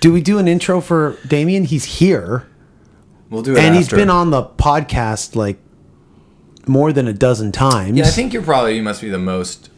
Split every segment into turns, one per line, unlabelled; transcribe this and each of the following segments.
Do we do an intro for Damien? He's here,
We'll do it.
and he's
after.
been on the podcast like more than a dozen times.
Yeah, I think you're probably you must be the most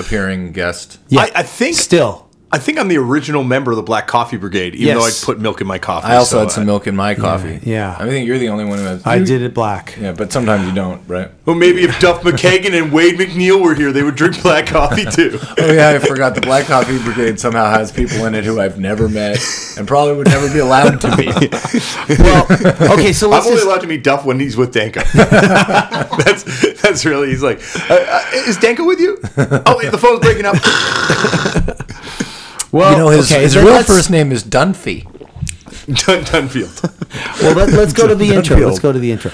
appearing guest.
Yeah.
I, I think
still.
I think I'm the original member of the Black Coffee Brigade, even though I
Yes.
put milk in my coffee.
I also
so
had some
I-
milk in my coffee.
yeah.
I think you're the only one who has.
I did it black.
Yeah, but sometimes you don't, right?
Well, maybe if Duff McKagan and Wade McNeil were here, they would drink black coffee too.
Oh yeah, I forgot the Black Coffee Brigade somehow has people in it who I've never met and probably would never be allowed to be.
Well, okay, so
I'm
let's
only
just,
allowed to meet Duff when he's with Danko. that's that's really. He's like, uh, uh, is Danko with you? Oh, wait, the phone's breaking up.
well,
You know, his,
okay,
his
then
real
let's-
first name is Dunphy.
Dun, Dunfield.
Well, let, us go to the intro.
Dunfield.
Let's go to the intro.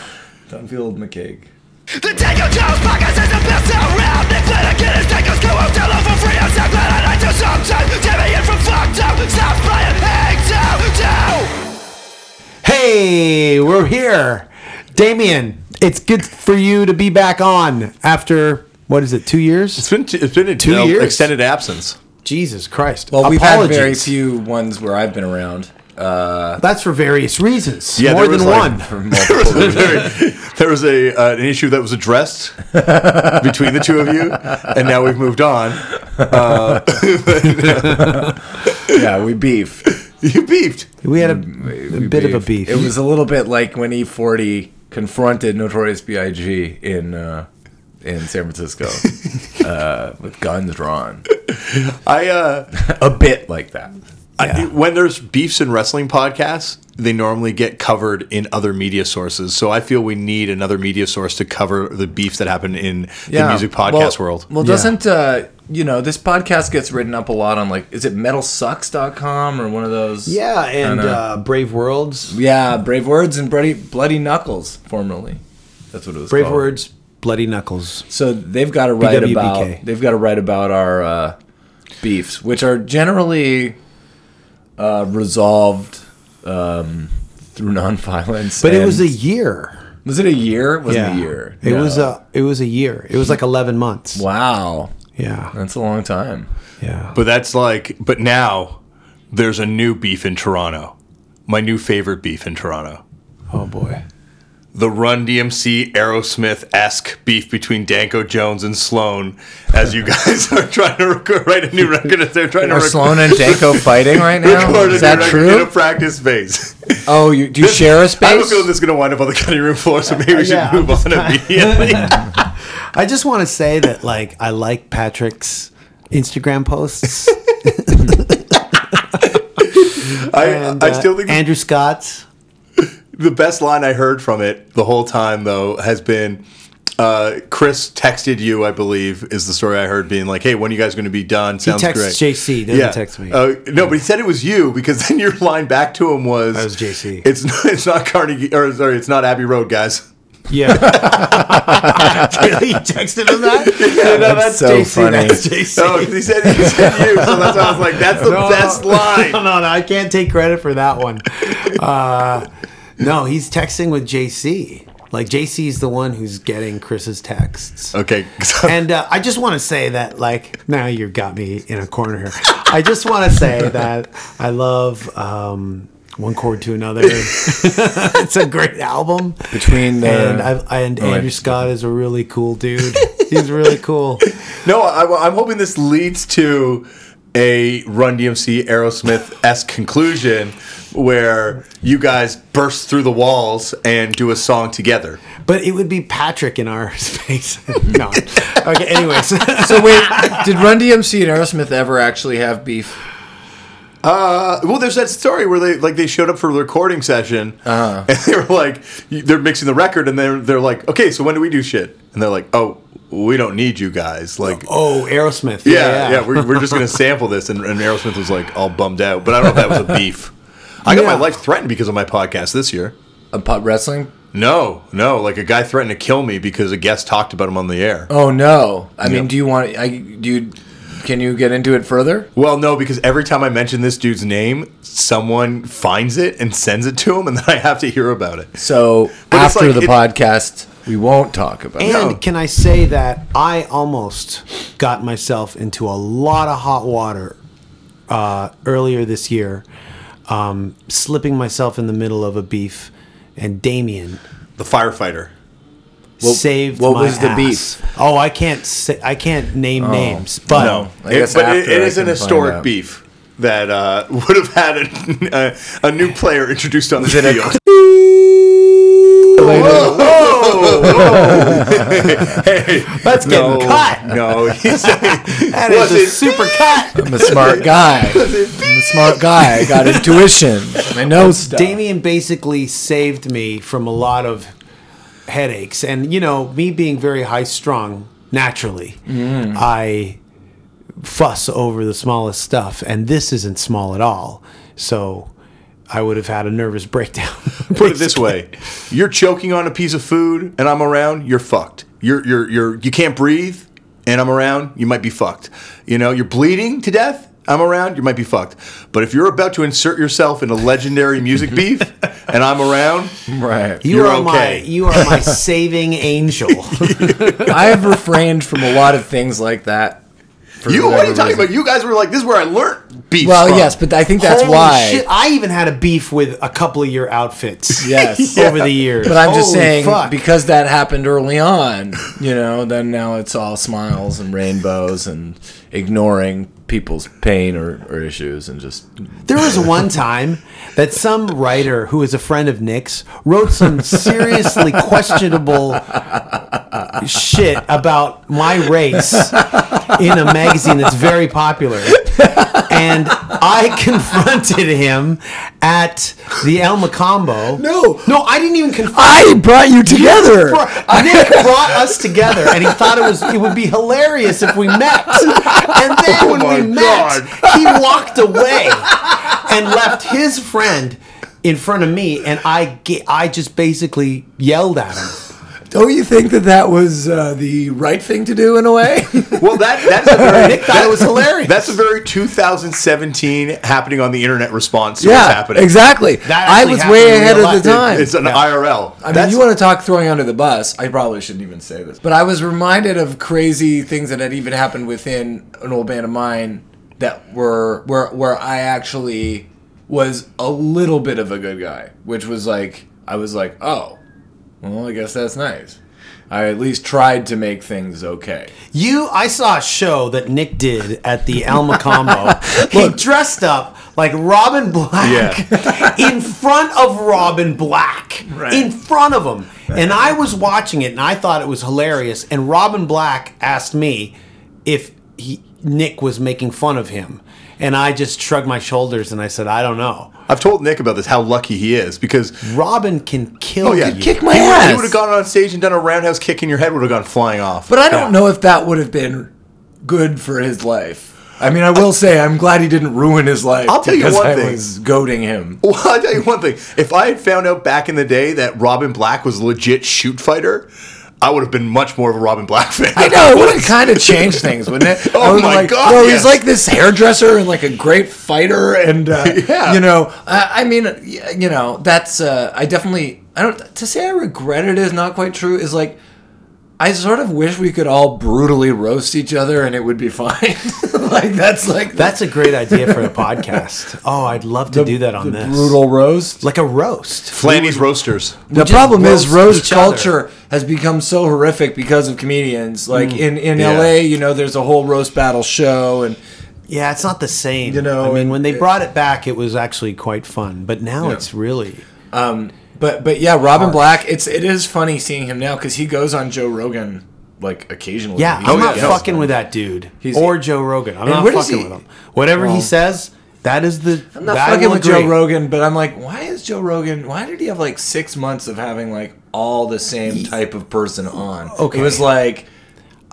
Dunfield McCaig.
The Daniel Jones podcast is the best around. Nick Flanagan is Daniel's co-host. Hello for free on SoundCloud and iTunes sometime. Get me in from fucked up. Stop playing. Hang down, down.
Hey, we're here, Damien. It's good for you to be back on after what is it? Two years?
It's been t- it's been a two
years.
extended absence.
Jesus Christ!
Well, we've
Apologies.
had very few ones where I've been around. Uh,
That's for various reasons.
Yeah,
more
there was,
than
like,
one.
for multiple reasons.
Very- there was a uh, an issue that was addressed between the two of you, and now we've moved on.
yeah, we beefed.
You beefed.
we had a, a
We
bit of a
beefed.
beef.
It was a little bit like when E40 confronted Notorious B.I.G. in uh, in San Francisco uh, with guns drawn.
I uh,
A bit like that.
I, when there's beefs in wrestling podcasts, they normally get covered in other media sources. So I feel we need another media source to cover the beefs that happen in the music podcast
well,
world.
Well, doesn't uh, you know this podcast gets written up a lot on like is it metalsucks.com or one of those?
yeah, and
know.
uh, Brave Worlds,
yeah, Brave Words and Bloody Bloody Knuckles formerly. That's what it was.
Brave
called.
Words, Bloody Knuckles.
So they've got to write
BWBK.
about they've got to write about our uh, beefs, which are generally uh, resolved um, through nonviolence.
But it
and-
was a year.
was it a year? It wasn't
Yeah,
a year.
It
No.
was a it was a year. It was like eleven months.
wow.
Yeah,
That's a long time.
yeah.
but that's like, but now there's a new beef in Toronto. My new favorite beef in Toronto.
oh boy.
The Run DMC Aerosmith esque beef between Danko Jones and Sloan as you guys are trying to record, write a new record as they're trying to
Are
record,
Sloan and Danko fighting right now?
record
Is
a
that
new record in a
true?
practice space.
Oh, you, do you share a space?
I have a feeling this is going to wind up on the cutting room floor, so maybe we should
yeah,
move on immediately.
I just want to say that like I like Patrick's Instagram posts.
I,
and,
I
uh,
still think
Andrew Scott's.
the best line I heard from it the whole time, though, has been uh, Chris texted you, I believe, is the story I heard, being like, hey, when are you guys going to be done? Sounds
texts
great.
JC, doesn't text me.
Oh.
Uh, no, but he said it was you because then your line back to him was,
was JC.
It's not, it's not Carnegie, or sorry, it's not Abbey Road, guys.
Yeah. really? You texted him that? no,
that's so funny.
That's JC.
Oh, he said, he said you, so that's why I was like, that's the
No,
best
no.
line.
no, no, no, I can't take credit for that one. Uh, no, he's texting with JC. Like JC is the one who's getting Chris's texts.
Okay.
And uh, I just want to say that, like, now you've got me in a corner here. I just want to say that I love um, One Chord to Another. it's a great album.
Between the-
and I, I, and
wait.
Andrew Scott is a really cool dude. He's really cool.
No, I, am hoping this leads to a Run DMC Aerosmith esque conclusion where you guys burst through the walls and do a song together.
But it would be Patrick in our space. no. Okay. Anyways,
so wait, did Run DMC and Aerosmith ever actually have beef?
Uh, well, there's that story where they like they showed up for the recording session
Uh-huh.
and they were like they're mixing the record and they're they're like okay, so when do we do shit? And they're like, oh, we don't need you guys. Like,
oh, Aerosmith.
yeah, yeah, we're, we're just gonna sample this. And, and Aerosmith was like all bummed out, but I don't know if that was a beef. I got
Yeah.
my life threatened because of my podcast this year.
A pop wrestling?
No, no. Like a guy threatened to kill me because a guest talked about him on the air.
Oh no! I mean, do you want? I do. You, can you get into it further?
Well, no, because every time I mention this dude's name, someone finds it and sends it to him, and then I have to hear about it.
So
But it's
after
like-
the
it-
podcast, we won't talk about. it.
And
No.
can I say that I almost got myself into a lot of hot water uh, earlier this year, um, slipping myself in the middle of a beef, and Damien
The firefighter.
saved
what
my
was the
ass.
beef? Oh.
Oh, I can't say I can't name names, but
no. I
It-
guess
but
after
it, it
I
is an
can find
historic
out.
beef that uh, would have had a, a, a new player introduced on the
it a-
field.
that's getting cut.
No, he's
That is
Was
a
it-
super cut.
I'm a smart guy. I'm a smart guy. I got intuition. I know stuff.
Damien basically saved me from a lot of headaches. And, you know, me being very high strung naturally,
Mm.
I fuss over the smallest stuff. And this isn't small at all. So I would have had a nervous breakdown.
put it this way: you're choking on a piece of food, and I'm around, you're fucked. You're you're you're you can't breathe, and I'm around, you might be fucked. You know, you're bleeding to death. I'm around, you might be fucked. But if you're about to insert yourself in a legendary music beef, and I'm around,
Right.
You
You're
are my
okay.
you are my saving angel.
I have refrained from a lot of things like that. for
you what are
whatever
you talking
reason.
about? You guys were like, this is where I learned beef.
Well,
from.
yes, but I think that's
Holy
why.
shit, I even had a beef with a couple of your outfits.
Yes.
Over the years.
But I'm just
Holy
saying
fuck.
because that happened early on, you know, then now it's all smiles and rainbows and ignoring people's pain or, or issues and just
There was one time that some writer who is a friend of Nick's wrote some seriously questionable shit about my race in a magazine that's very popular. And I confronted him at the El Macombo.
No.
No, I didn't even confront
I brought you together.
Bro, Nick brought us together, and he thought it was it would be hilarious if we met. And then when
my
we met, he walked away and left his friend in front of me, and I ga- I just basically yelled at him.
Don't you think that that was uh, the right thing to do in a way?
Well, that that's a very
Nick thought it was hilarious.
That's a very 2017 happening on the internet response. To what's
yeah,
happening.
exactly.
That
I
actually
was
happened
way
in
ahead
real
of the
life.
time.
It's an IRL.
I mean,
That's-
you want to talk throwing under the bus? I probably shouldn't even say this, but I was reminded of crazy things that had even happened within an old band of mine that were where where I actually was a little bit of a good guy, which was like I was like, oh, well, I guess that's nice. I at least tried to make things okay.
You, I saw a show that Nick did at the Alma Combo. he dressed up like Robin Black in front of Robin Black, in front of him. And I was watching it, and I thought it was hilarious. And Robin Black asked me if he, Nick was making fun of him, and I just shrugged my shoulders and I said, "I don't know."
I've told Nick about this. How lucky he is because
Robin can kill
oh yeah,
you.
kick my
he Would,
ass.
he would have gone on stage and done a roundhouse kick, and your head would have gone flying off.
But I don't know if that would have been good for his life. I mean, I will say I'm glad he didn't ruin his life.
I'll tell you
because
one
I
thing.
was goading him.
Well, I'll tell you one thing. If I had found out back in the day that Robin Black was a legit shoot fighter, I would have been much more of a Robin Black fan.
I know it would have kind of changed things, wouldn't it?
Oh
I would've
my
been like,
God,
Well,
yes.
he's like this hairdresser and like a great fighter, and uh,
Yeah.
you know, I, I mean, y- you know, that's uh, I definitely I don't to say I regret it is not quite true. Is like I sort of wish we could all brutally roast each other and it would be fine. like that's like
That's a great idea for a podcast. Oh, I'd love to do that on
the
this.
brutal roast.
like a roast.
Flanny's Roasters.
The
just
problem is
roast
roast
each other.
culture has become so horrific because of comedians. Like in in
Yeah.
LA, you know, there's a whole roast battle show, and
Yeah, it's not the same.
You know,
I mean,
and
when they
it-
brought it back, it was actually quite fun. But now
Yeah.
it's really
but but yeah, Robin Black. It's it is funny seeing him now because he goes on Joe Rogan like occasionally.
yeah.
Oh,
He's
I'm not
like,
fucking with that dude
He's-
or Joe Rogan. I'm
And
not
what is
fucking
he-
with him. Whatever he
Well-
says, that is the.
I'm not
that I
fucking
will
with
agree.
Joe Rogan, but I'm like, why is Joe Rogan? Why did he have like six months of having like all the same type of person on?
Okay.
it was like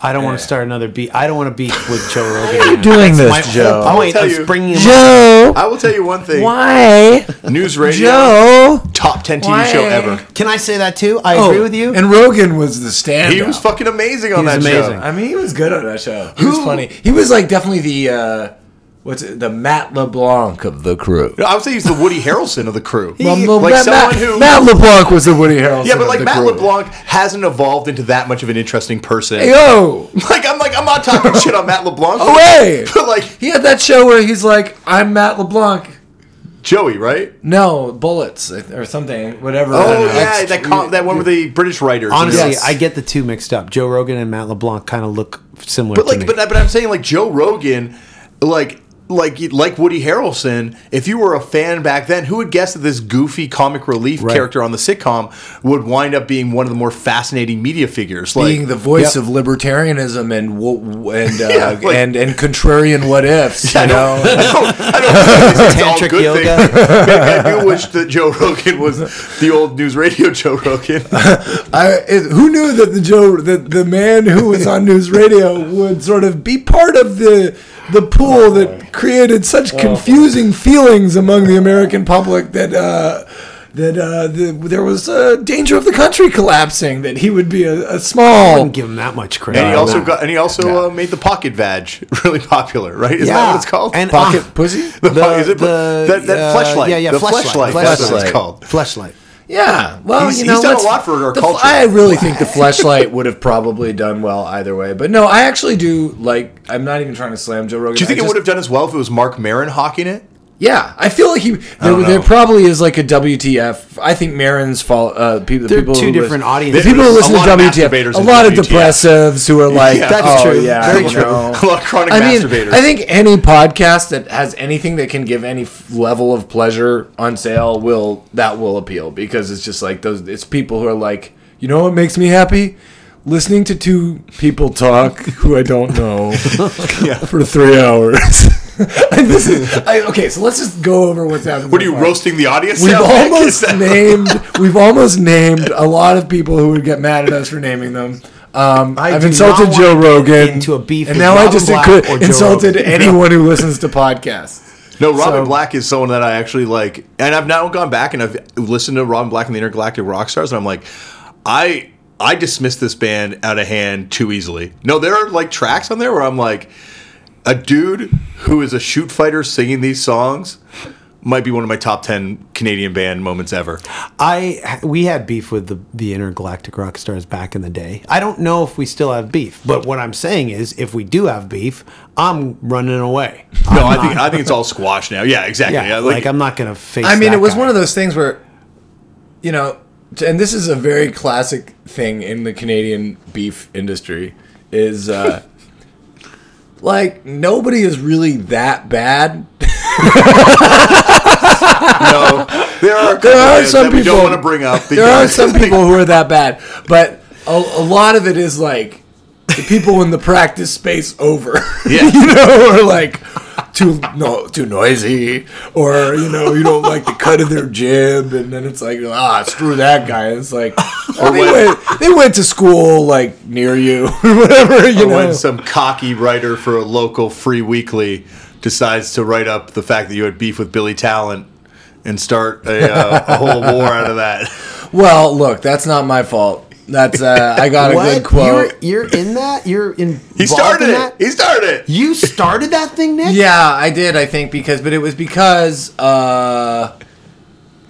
I don't want to
Yeah.
start another beat. I don't want to beef with Joe Rogan.
doing this,
My whole point
I'll tell
of
you.
bringing him up.
Joe,
I will tell you one thing.
why,
News radio.
Joe?
Top 10 TV show
Why?
ever.
Can I say that too? I agree with you.
Oh, And Rogan was the stand.
He was fucking amazing on
He's
that
amazing.
show.
I mean, he was good on that show. He was funny. He was like definitely the uh, what's it, the Matt LeBlanc of the crew.
I would say he's the Woody Harrelson of the crew.
Well,
like
well, Matt,
someone
Matt-
who.
Matt LeBlanc was the Woody Harrelson.
yeah, but
of
like
the
Matt
crew.
LeBlanc hasn't evolved into that much of an interesting person.
Yo,
Like I'm like I'm not talking shit on Matt LeBlanc. but-
Away!
But like
he had that show where he's like, "I'm Matt LeBlanc."
Joey, right?
No, bullets I th- or something, whatever. I
Oh
don't know.
yeah,
It's-
that com- that one with the British writers.
Honestly,
Yes.
I get the two mixed up. Joe Rogan and Matt LeBlanc kind of look similar.
But
to me.
like, but but I'm saying like Joe Rogan, like like like Woody Harrelson. If you were a fan back then, who would guess that this goofy comic relief
Right.
character on the sitcom would wind up being one of the more fascinating media figures? Like,
being the voice
Yep.
of libertarianism and wo- wo- and uh,
Yeah, like-
and and contrarian what ifs,
I
you
don't,
know.
I don't, I don't think it's all
Tantric
good
yoga.
things. I do wish that Joe Rogan was the old news radio Joe Rogan.
I, it, who knew that the Joe, that the man who was on news radio would sort of be part of the the pool that created such confusing feelings among the American public that uh, that uh, the, there was a danger of the country collapsing. That he would be a, a
I
small.
wouldn't give him that much credit.
And he
No,
also
no.
got and he also uh, made the pocket vag really popular, right? Is that
Yeah.
what it's called?
And-
Pocket
Ah.
pussy?
the,
the-
po- is it
the,
that, that
uh,
fleshlight?
Yeah, yeah,
the
fleshlight.
fleshlight. That's what
Fleshlight.
it's called.
Fleshlight.
Yeah, well,
He's-
you
he's
know,
done a
let's-
lot for our
the-
culture.
I really think the flashlight would have probably done well either way, but no, I actually do like. I'm not even trying to slam Joe Rogan.
Do you think
I
it
just-
would have done as well if it was Mark Maron hawking it?
Yeah, I feel like he. There,
don't
there
know.
probably is like a WTF. I think Marin's fall. Uh, people, the
They're
people
two
who
different
listen-
audiences.
The people who
There's
listen
a
to
lot of
WTF,
masturbators
a
in
lot of
WTF.
depressives who are like,
Yeah.
That's
that's
true.
true. Yeah,
Very
you
true.
know.
A lot of chronic
I mean,
masturbators.
I think any podcast that has anything that can give any f- level of pleasure on sale will that will appeal because it's just like those. It's people who are like, you know, what makes me happy. Listening to two people talk who I don't know for three hours. And this is I, okay. So let's just go over what's happened.
What are
so
you
far.
roasting the audience?
We've
now, Nick? Is
almost
that-
named. We've almost named a lot of people who would get mad at us for naming them. Um,
I
I've
do
insulted
not
Joe
want to get
Rogan
into a beef
and
with
now I
Robin
just
Black
inclu-
or Joe
insulted
Rogan.
anyone who listens to podcasts.
No, Robin
So-
Black is someone that I actually like, and I've now gone back and I've listened to Robin Black and the Intergalactic Rockstars, and I'm like, I I dismissed this band out of hand too easily. No, there are like tracks on there where I'm like, a dude who is a shoot fighter singing these songs might be one of my top ten Canadian band moments ever.
I we had beef with the the intergalactic rock stars back in the day. I don't know if we still have beef, but what I'm saying is, if we do have beef, I'm running away.
No, I think I think it's all squash now. Yeah, exactly.
Yeah,
Yeah,
like, I'm not gonna face.
I mean,
that
it was
guy.
one of those things where, you know, t- and this is a very classic thing in the Canadian beef industry is uh, like nobody is really that bad.
no, there are a couple
are
bands
some
that we don't
people-
want to bring up.
there are
because-
some people who are that bad, but a, a lot of it is like the people in the practice space over.
Yeah.
you know, are like too no too noisy, or you know you don't like the cut of their jib, and then it's like ah screw that guy. It's like or they,
when-
went, they went to school like near you or whatever. You
or
know,
when some cocky writer for a local free weekly decides to write up the fact that you had beef with Billy Talent and start a, uh, a whole war out of that.
well look, that's not my fault. That's uh, I got a
What?
good quote.
You're, you're in that. You're in.
He
in
started it.
That?
He started it.
You started that thing, Nick.
Yeah, I did. I think because, but it was because uh,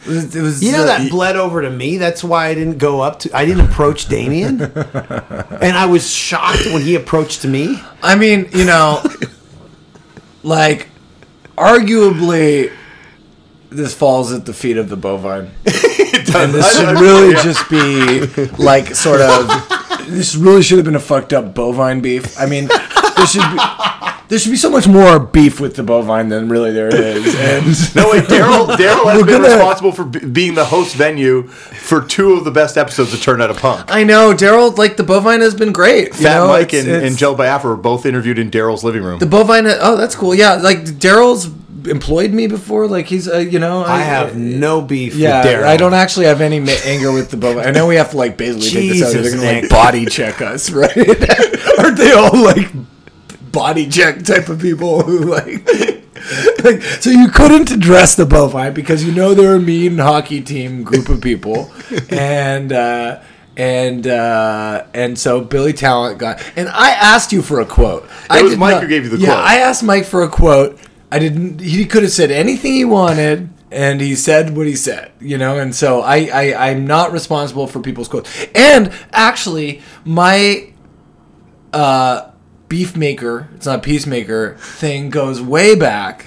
it was, it was
You know
uh,
that bled over to me. That's why I didn't go up to. I didn't approach Damien, and I was shocked when he approached me.
I mean, you know, like arguably, this falls at the feet of the bovine, and this should really just be like sort of. This really should have been a fucked up bovine beef. I mean, there should be. There should be so much more beef with the bovine than really there is. And
No, wait, Daryl Daryl has
We're
been
gonna-
responsible for b- being the host venue for two of the best episodes of Turn Out a Punk.
I know, Daryl, like the bovine has been great. you
Fat
know,
Mike
it's-
and,
it's-
and Joe Biafra were both interviewed in Daryl's living room.
The bovine. Oh, that's cool. Yeah, like Daryl's employed me before. Like he's, uh, you know,
I have no beef
Yeah,
with Daryl.
I don't actually have any ma- anger with the bovine. I know we have to like basically take this out. They're
Jesus,
gonna like
Nick.
body check us, right? Aren't they all like body check type of people who like? like so you couldn't address the bovine because you know they're a mean hockey team group of people, and. uh and uh, and so Billy Talent got and I asked you for a quote. I
was
did
Mike who gave you the
yeah,
quote.
I asked Mike for a quote, I didn't. He could have said anything he wanted, and he said what he said, you know. And so I, I I'm not responsible for people's quotes. And actually, my uh, beef maker, it's not peacemaker thing, goes way back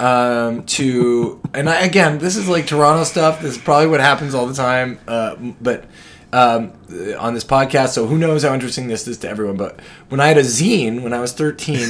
um, to, and I, again, this is like Toronto stuff. This is probably what happens all the time, uh, but um, on this podcast. So who knows how interesting this is to everyone? But when I had a zine when I was 13.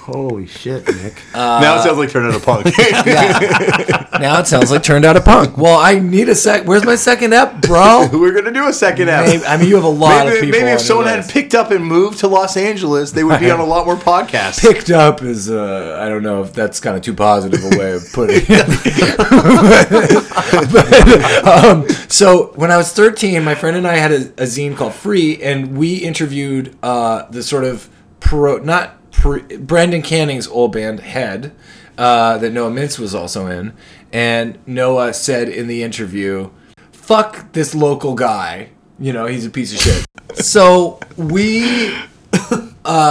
Holy shit, Nick.
Uh,
now it sounds like turning a punk.
Now it sounds like turned out a punk. Well, I need a sec. Where's my second ep, bro?
We're gonna do a second half.
Maybe, I mean, you have a lot of
Maybe,
people.
maybe
on your
if someone had
list.
picked up and moved to Los Angeles, they would be on a lot more podcasts.
picked up, is uh, I don't know if that's kind of too positive a way of putting it. But, um, so when I was 13, my friend and I had a, a zine called Free, and we interviewed uh, the sort of pro, not pre, Brandon Canning's old band Head uh, that Noah Mintz was also in, and Noah said in the interview. fuck this local guy. You know, he's a piece of shit. so we uh,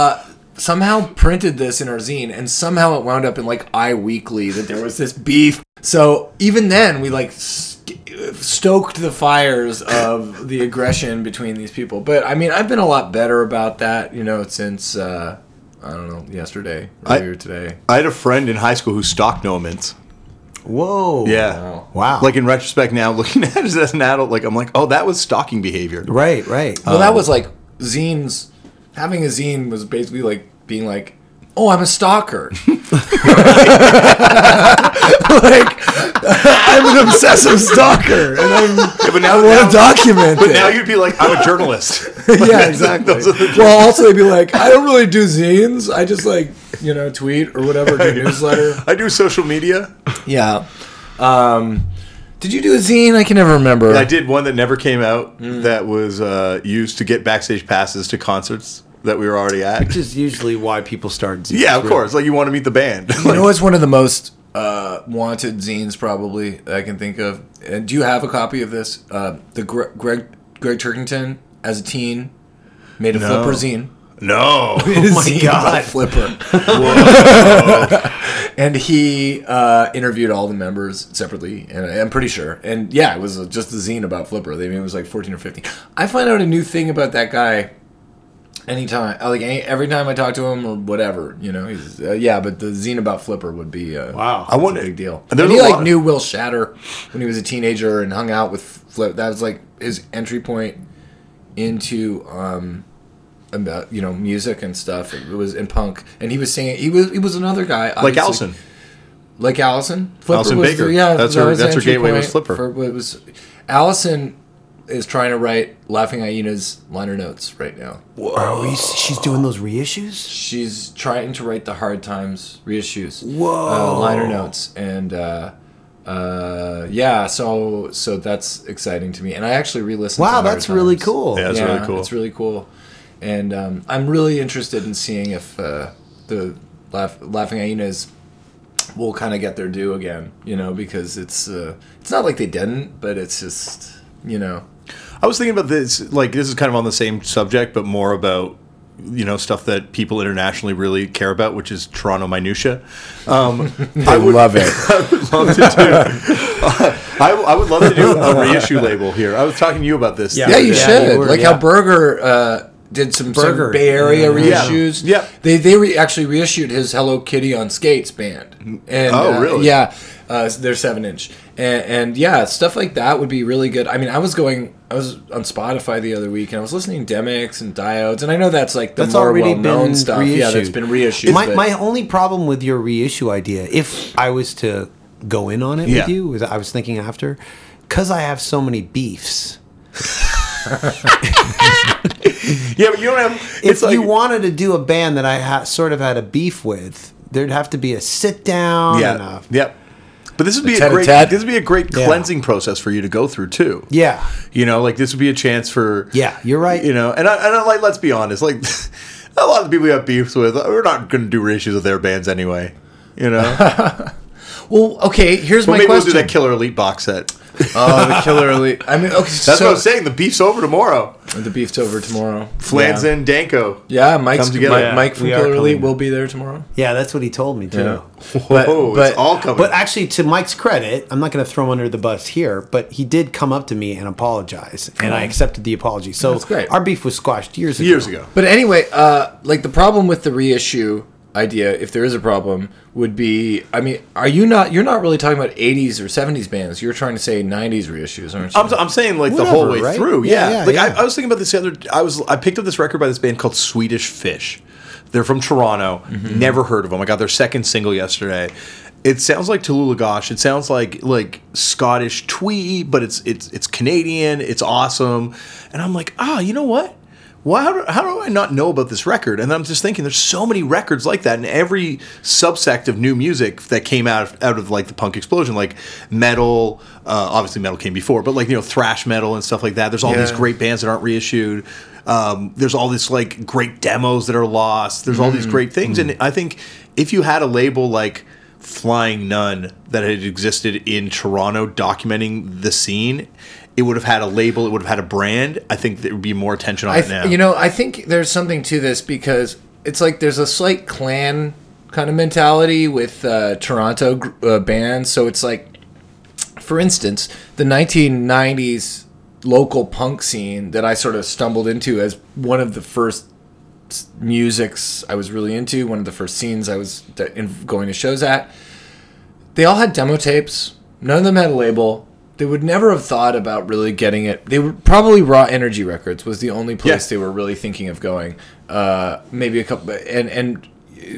somehow printed this in our zine, and somehow it wound up in like I Weekly that there was this beef. So even then, we like st- stoked the fires of the aggression between these people. But I mean, I've been a lot better about that, you know, since uh, I don't know, yesterday,
I-
earlier today.
I had a friend in high school who stalked Nomans.
Whoa.
Yeah.
Wow.
Wow.
Like in retrospect now, looking at it as an adult, like I'm like, oh, that was stalking behavior.
right, right.
uh,
Well, that
Um,
was like zines. Having a zine was basically like being like, "Oh, I'm a stalker." like I'm an obsessive stalker, and I'm,
Yeah, but
I
now,
want
now,
to document it.
now you'd be like, I'm a journalist.
yeah, exactly.
Those are the-
well, also they'd be like, "I don't really do zines. I just like you know tweet or whatever, do newsletter."
I do social media.
Yeah. Um, did you do a zine? I can never remember.
I did one that never came out
Hmm.
that was uh, used to get backstage passes to concerts that we were already at.
Which is usually why people start. zines
Yeah, of
with-
course. Like you want to meet the band.
You know
Like,
what's one of the most uh, wanted zines probably that I can think of? And do you have a copy of this? Uh, the Gre- Greg Greg Turkington as a teen made a flipper zine.
no.
His
Oh
zine
my
was a
god.
flipper!
Whoa.
and he uh, interviewed all the members separately, and I- I'm pretty sure. And yeah, it was just a zine about flipper. They mean it was like 14 or 15. I find out a new thing about that guy anytime, like any, every time I talk to him or whatever. You know, he's uh, yeah. But the zine about flipper would be uh,
Wow.
I
a
wonder.
big deal.
There's
and he
a
like
lot of-
knew Will Shatter when he was a teenager and hung out with Flip. That was like his entry point into um about you know music and stuff. It was in punk, and he was singing. He was he was another guy
Like
obviously.
Allison.
like Allison. Flipper
Allison
was
Baker.
the- yeah,
That's
that
her-
was the
that's her
entry
gateway was
point
Flipper.
For, it was Allison is trying to write Laughing Hyena's liner notes right now.
Are we, Oh, she's doing those reissues?
She's trying to write the hard times reissues.
Whoa.
Uh, liner notes and uh, uh, yeah, so so that's exciting to me. And I actually re-listened. to
Wow,
Hard
that's really
Times.
cool.
Yeah. That's
yeah,
really cool.
It's really cool. And um, I'm really interested in seeing if uh, the Laugh- Laughing Hyenas will kind of get their due again. You know, because it's uh, it's not like they didn't, but it's just you know.
I was thinking about this. Like this is kind of on the same subject, but more about you know stuff that people internationally really care about, which is Toronto minutia. Um, I would
love it.
love to do. I, I would love to do a reissue label here. I was talking to you about this.
Yeah.
Yeah, you
Yeah,
should.
they were,
like
yeah.
how Berger uh, did some, some
Berger.
Bay Area
Yeah.
reissues.
Yeah.
They they re- actually reissued his Hello Kitty on Skates band. And,
Oh,
uh,
really?
Yeah. Uh, they're seven inch, and, and yeah, stuff like that would be really good. I mean, I was going, I was on Spotify the other week, and I was listening to Demix and Diodes, and I know that's like the
That's
more
already
well known
been
stuff.
reissued.
Yeah, that's been reissued.
My,
but-
my only problem with your reissue idea, if I was to go in on it
Yeah.
with you, was I was thinking after, because I have so many beefs.
yeah, but you don't have.
If
It's like
you wanted to do a band that I ha- sort of had a beef with, there'd have to be a sit down. and
yeah,
a-
yeah. But this would be a
tete-a-tete.
great. This would be a great
Yeah.
cleansing process for you to go through too.
yeah,
You know, like this would be a chance for.
Yeah, you're right.
You know, and I, and I like let's be honest, like a uh, lot of the people we have beefs with, we're not going to do reissues of their bands anyway. You know,
Well, okay. Here's
Well,
my
maybe
question.
we'll do that Killer Elite box set.
Oh, the killer elite. I mean, okay.
That's
so
what I'm saying. The beef's over tomorrow.
The beef's over tomorrow.
Flans
yeah.
and Danko.
Yeah, Mike's
Come together.
Mike,
Yeah,
Mike from
we are
Killer Elite
coming.
will be there tomorrow.
Yeah, that's what he told me too.
But,
Oh,
but-
it's all coming.
But actually, to Mike's credit, I'm not going to throw him under the bus here, but he did come up to me and apologize, and I accepted the apology. So
That's great.
our beef was squashed years ago.
years ago.
But anyway, uh, like the problem with the reissue idea, if there is a problem, would be I mean, are you not you're not really talking about 80s or 70s bands? You're trying to say 90s reissues, aren't you?
I'm, I'm saying like the
Whatever,
whole way
right?
through.
Yeah,
Yeah.
yeah,
like
yeah.
I, I was thinking about this the other. I was I picked up this record by this band called Swedish Fish. They're from Toronto. Never heard of them. I got their second single yesterday. It sounds like Tallulah Gosh. It sounds like like Scottish twee, but it's it's it's Canadian. It's awesome. And I'm like, ah, you know what? Why, how, do, how do I not know about this record? And I'm just thinking, there's so many records like that in every subsect of new music that came out of, out of like the punk explosion, like metal. Uh, obviously, metal came before, but like you know, thrash metal and stuff like that. There's all these
Yeah.
great bands that aren't reissued. Um, there's all this like great demos that are lost. There's all these
Mm-hmm.
great things, and I think if you had a label like Flying Nun that had existed in Toronto, documenting the scene. It would have had a label. It would have had a brand. I think there would be more attention on
I
it now.
th- you know, I think there's something to this because it's like there's a slight clan kind of mentality with uh, Toronto gr- uh, bands. So it's like, for instance, the 1990s local punk scene that I sort of stumbled into as one of the first s- musics I was really into, one of the first scenes I was d- in, going to shows at. They all had demo tapes. None of them had a label. They would never have thought about really getting it. They were probably Raw Energy Records was the only place
Yeah.
they were really thinking of going. Uh, maybe a couple, and and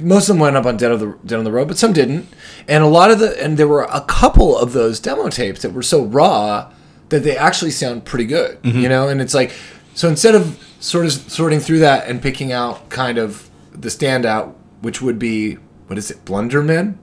most of them went up on Dead, of the, Dead on the Road, but some didn't. And a lot of the and there were a couple of those demo tapes that were so raw that they actually sound pretty good, you know. And it's like so instead of sort of sorting through that and picking out kind of the standout, which would be what is it, Blunderman?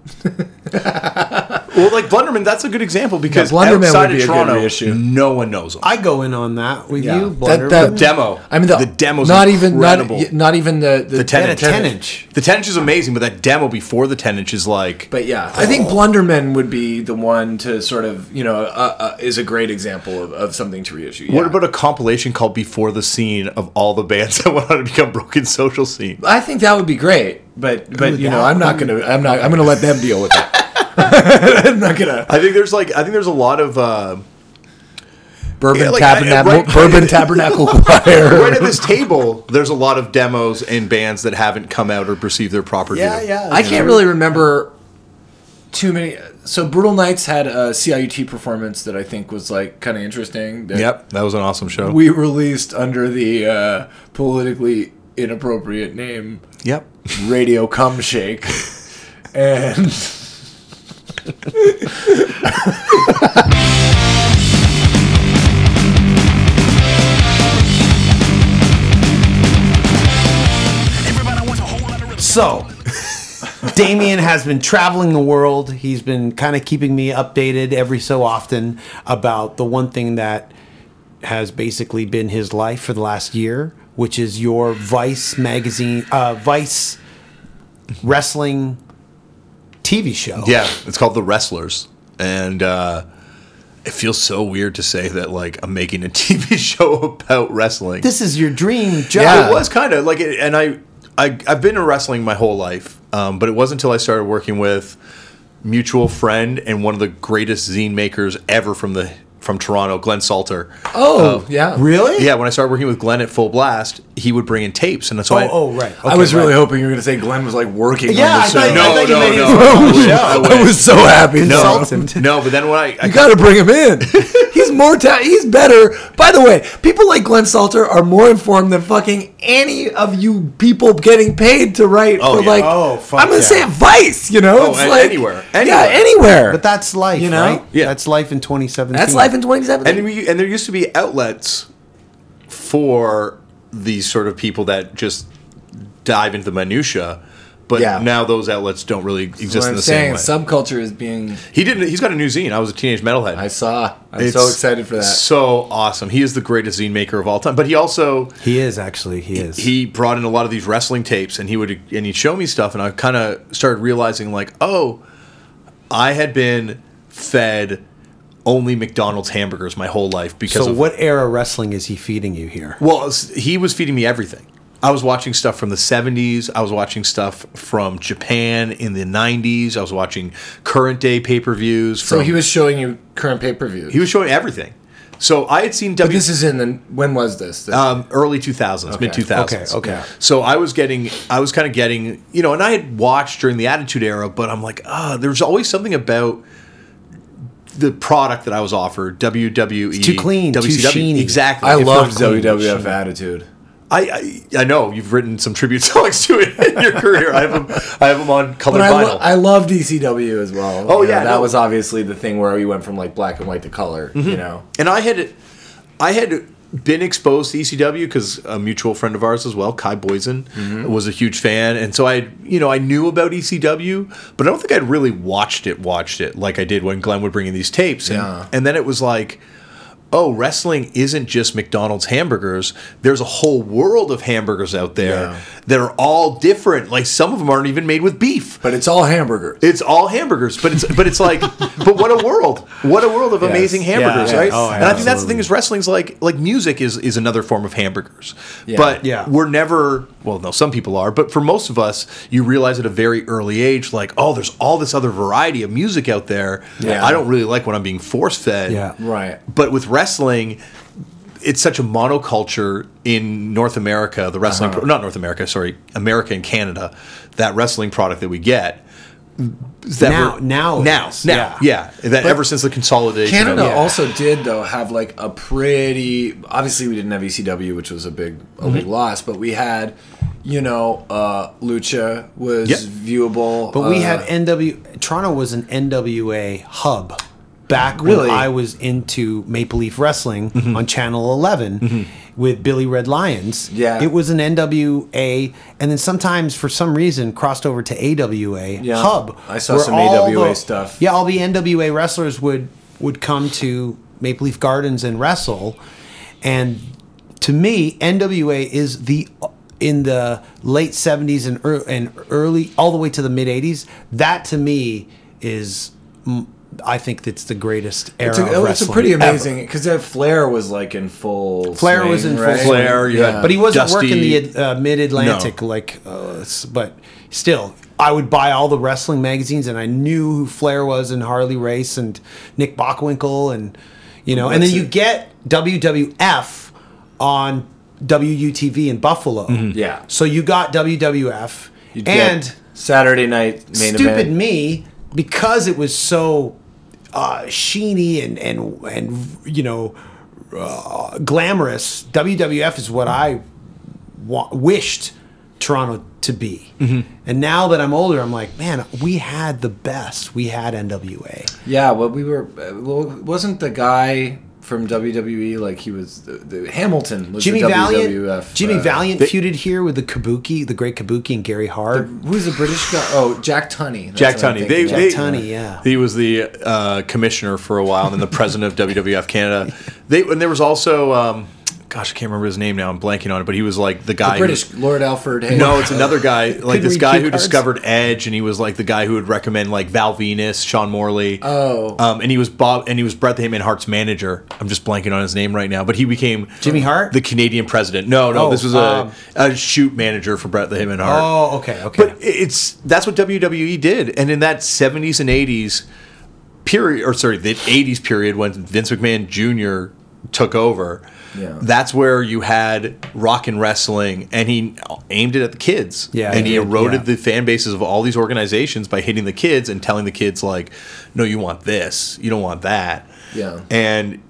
Well, like Blunderman, that's a good example because
Yeah, Blunderman would
outside
be
of
a good
Toronto,
reissue.
no one knows him.
I go in on that with
Yeah.
you,
That-
Blunder,
that-
but-
demo.
I mean the,
the demo's
not even not,
incredible.
y- not even the the,
Get a
tenant-
ten inch.
the ten inch is amazing, but that demo before the ten inch is like.
But yeah, I
Oh.
think Blunderman would be the one to sort of you know uh, uh, is a great example of, of something to reissue. Yeah.
what about a compilation called "Before the Scene" of all the bands that went on to become Broken Social Scene?
I think that would be great, but but you know I'm not gonna I'm not I'm gonna let them deal with it. I'm not gonna
I think there's like I think there's a lot of uh,
bourbon
Yeah, like, I-
tabernacle
right-
bourbon tabernacle choir.
right at this table. There's a lot of demos and bands that haven't come out or perceived their proper
Yeah,
due.
yeah.
I can't really remember too many. So Brutal Knights had a CIUT performance that I think was like kind of interesting. that
Yep, that was an awesome show.
We released under the uh, politically inappropriate name
yep.
Radio Cum Shake, and.
So, Damien has been traveling the world. He's been kind of keeping me updated every so often about the one thing that has basically been his life for the last year, which is your Vice magazine, uh, Vice wrestling TV show.
Yeah, it's called The Wrestlers. And uh, it feels so weird to say that, like, I'm making a TV show about wrestling.
This is your dream job.
It was kind of like, it, and I, I, I've been in wrestling my whole life, um, but it wasn't until I started working with mutual friend and one of the greatest zine makers ever from the from Toronto, Glenn Salter.
Oh, yeah.
Really?
Yeah, when I started working with Glenn at Full Blast, he would bring in tapes, and that's why.
Oh, oh, right.
I was
Okay,
really
right.
hoping you were going to say Glenn was like working
Yeah,
on
I
the show.
thought, I
No,
thought you
no,
made
no.
it.
I wish-
I,
I
was, so happy.
No,
Consultant.
no, but then when I, I
You got to bring him in. He's more ta- he's better. By the way, people like Glenn Salter are more informed than fucking any of you people getting paid to write
Oh,
for
yeah.
like
Oh, fuck
I'm going to
yeah.
say a Vice, you know?
Oh,
it's
a-
like
anywhere.
Yeah,
Anywhere.
anywhere.
But that's life,
You know?
right?
Yeah.
That's life in 2017.
that's life in 2017.
and we, and there used to be outlets for these sort of people that just dive into the minutia, but
Yeah.
now those outlets don't really
That's
exist
what
in
I'm
the
saying
same way.
subculture is being
He didn't. He's got a new zine. I was a teenage metalhead.
I saw. I'm
It's
so excited for that.
So awesome. He is the greatest zine maker of all time. But he also
He is, actually. He is.
he brought in a lot of these wrestling tapes and he would and he'd show me stuff and I kind of started realizing like, oh, I had been fed only McDonald's hamburgers my whole life because
So
of
what era wrestling is he feeding you here?
Well, s- he was feeding me everything. I was watching stuff from the 70s. I was watching stuff from Japan in the 90s. I was watching current day pay per views.
So he was showing you current pay per view.
he was showing everything. So I had seen
But
W
this is in the when was this? This-
um, early 2000s, mid 2000s.
Okay, okay. Yeah.
So I was getting, I was kind of getting, you know, and I had watched during the Attitude Era, but I'm like, ah, there's always something about the product that I was offered, E, WWE,
too clean, too sheeny.
exactly.
I
It
loved
felt clean.
E.
WWF attitude.
I, I I know you've written some tribute songs to it in your career. I have them. I have them on colored
But I,
vinyl.
lo- I loved ECW as well.
Oh,
You know,
yeah,
that
no. Mm-hmm.
was obviously the thing where we went from like black and white to color. You know,
and I had, I had been exposed to E ECW because a mutual friend of ours as well, Kai Boysen,
Mm-hmm.
was a huge fan, and so I, you know, I knew about ECW, but I don't think I'd really watched it, watched it like I did when Glenn would bring in these tapes, and,
Yeah.
and then it was like. Oh, wrestling isn't just McDonald's hamburgers. There's a whole world of hamburgers out there
Yeah.
that are all different. Like some of them aren't even made with beef.
but it's all hamburgers.
It's all hamburgers, but it's but it's like, but what a world! What a world of amazing hamburgers,
yeah.
right?
Oh,
and I think that's the
absolutely.
thing is wrestling's like like music is is another form of hamburgers,
Yeah.
but
Yeah.
we're never well, no, some people are, but for most of us, you realize at a very early age, like oh, there's all this other variety of music out there.
Yeah.
I don't really like when I'm being force fed.
Yeah.
Right.
But with wrestling, it's such a monoculture in North America, the wrestling, pro- not North America, sorry, America and Canada, that wrestling product that we get. That
Now-
we're-
now it
now,
is,
now, yeah. That ever since the consolidation, of-
Canada
Yeah.
also did though have like a pretty. Obviously, we didn't have ECW, which was a big a big loss, but we had, you know, uh, Lucha was
Yep.
viewable.
But we
uh,
had NW. Toronto was an NWA hub back
Really? Mm-hmm.
when I was into Maple Leaf Wrestling on Channel 11 with Billy Red Lions.
Yeah.
it was an NWA, and then sometimes for some reason crossed over to AWA
Yeah.
hub.
I saw
where
some
all
AWA stuff.
Yeah, all the NWA wrestlers would would come to Maple Leaf Gardens and wrestle, and to me, NWA is the in the late '70s and early, and early all the way to the mid '80s. That to me is, mm, I think that's the greatest era
It's a,
of
it's a
wrestling.
pretty
ever.
amazing because that Flair was like in full.
Flair was
swing,
in full
right?
swing.
Flair, you had
But he wasn't
Dusty.
working the uh, mid Atlantic like, uh, s- but still, I would buy all the wrestling magazines, and I knew who Flair was and Harley Race and Nick Bockwinkel, and you know, and then
That's
you
it.
get WWF on WUTV in Buffalo.
Yeah.
So you got WWF
You'd Mm-hmm. get
and
Saturday night main
stupid
event.
me because it was so uh, sheeny and and and you know uh, glamorous. WWF is what I wa- wished Toronto to be,
Mm-hmm.
and now that I'm older, I'm like, man, we had the best. We had NWA.
Yeah, well, we were. uh, Well, wasn't the guy from WWE like he was the, the Hamilton? Was
Jimmy
the
Valiant,
WWF,
Jimmy
uh,
Valiant feuded here with the Kabuki, the great Kabuki, and Gary Hart.
Who's the British guy? Oh, Jack Tunney. That's
Jack
what I'm thinking.
Tunney. They-
Jack
they-
Tunney, yeah.
He was the uh, commissioner for a while, and then the president of WWF Canada. They and there was also, um, gosh, I can't remember his name now. I'm blanking on it, but he was like the guy. who-
British Lord Alfred. Hayes.
No, it's another guy, like
Couldn't
this
read
guy
cue
who
cards.
discovered Edge, and he was like the guy who would recommend like Val Venus, Sean Morley.
Oh.
um, and he was Bob, and he was Bret the Hitman Hart's manager. I'm just blanking on his name right now, but he became
Jimmy Hart?
the Canadian president. No, no,
Oh,
this was a,
um,
a shoot manager for Bret the Hitman Hart.
Oh, okay, okay.
But it's that's what WWE did, and in that '70s and '80s period, or sorry, the '80s period when Vince McMahon Jr. took over.
Yeah.
That's where you had rock and wrestling, and he aimed it at the kids.
Yeah,
and
he
he
did,
eroded
yeah.
the fan bases of all these organizations by hitting the kids and telling the kids like, "No, you want this. You don't want that."
Yeah.
and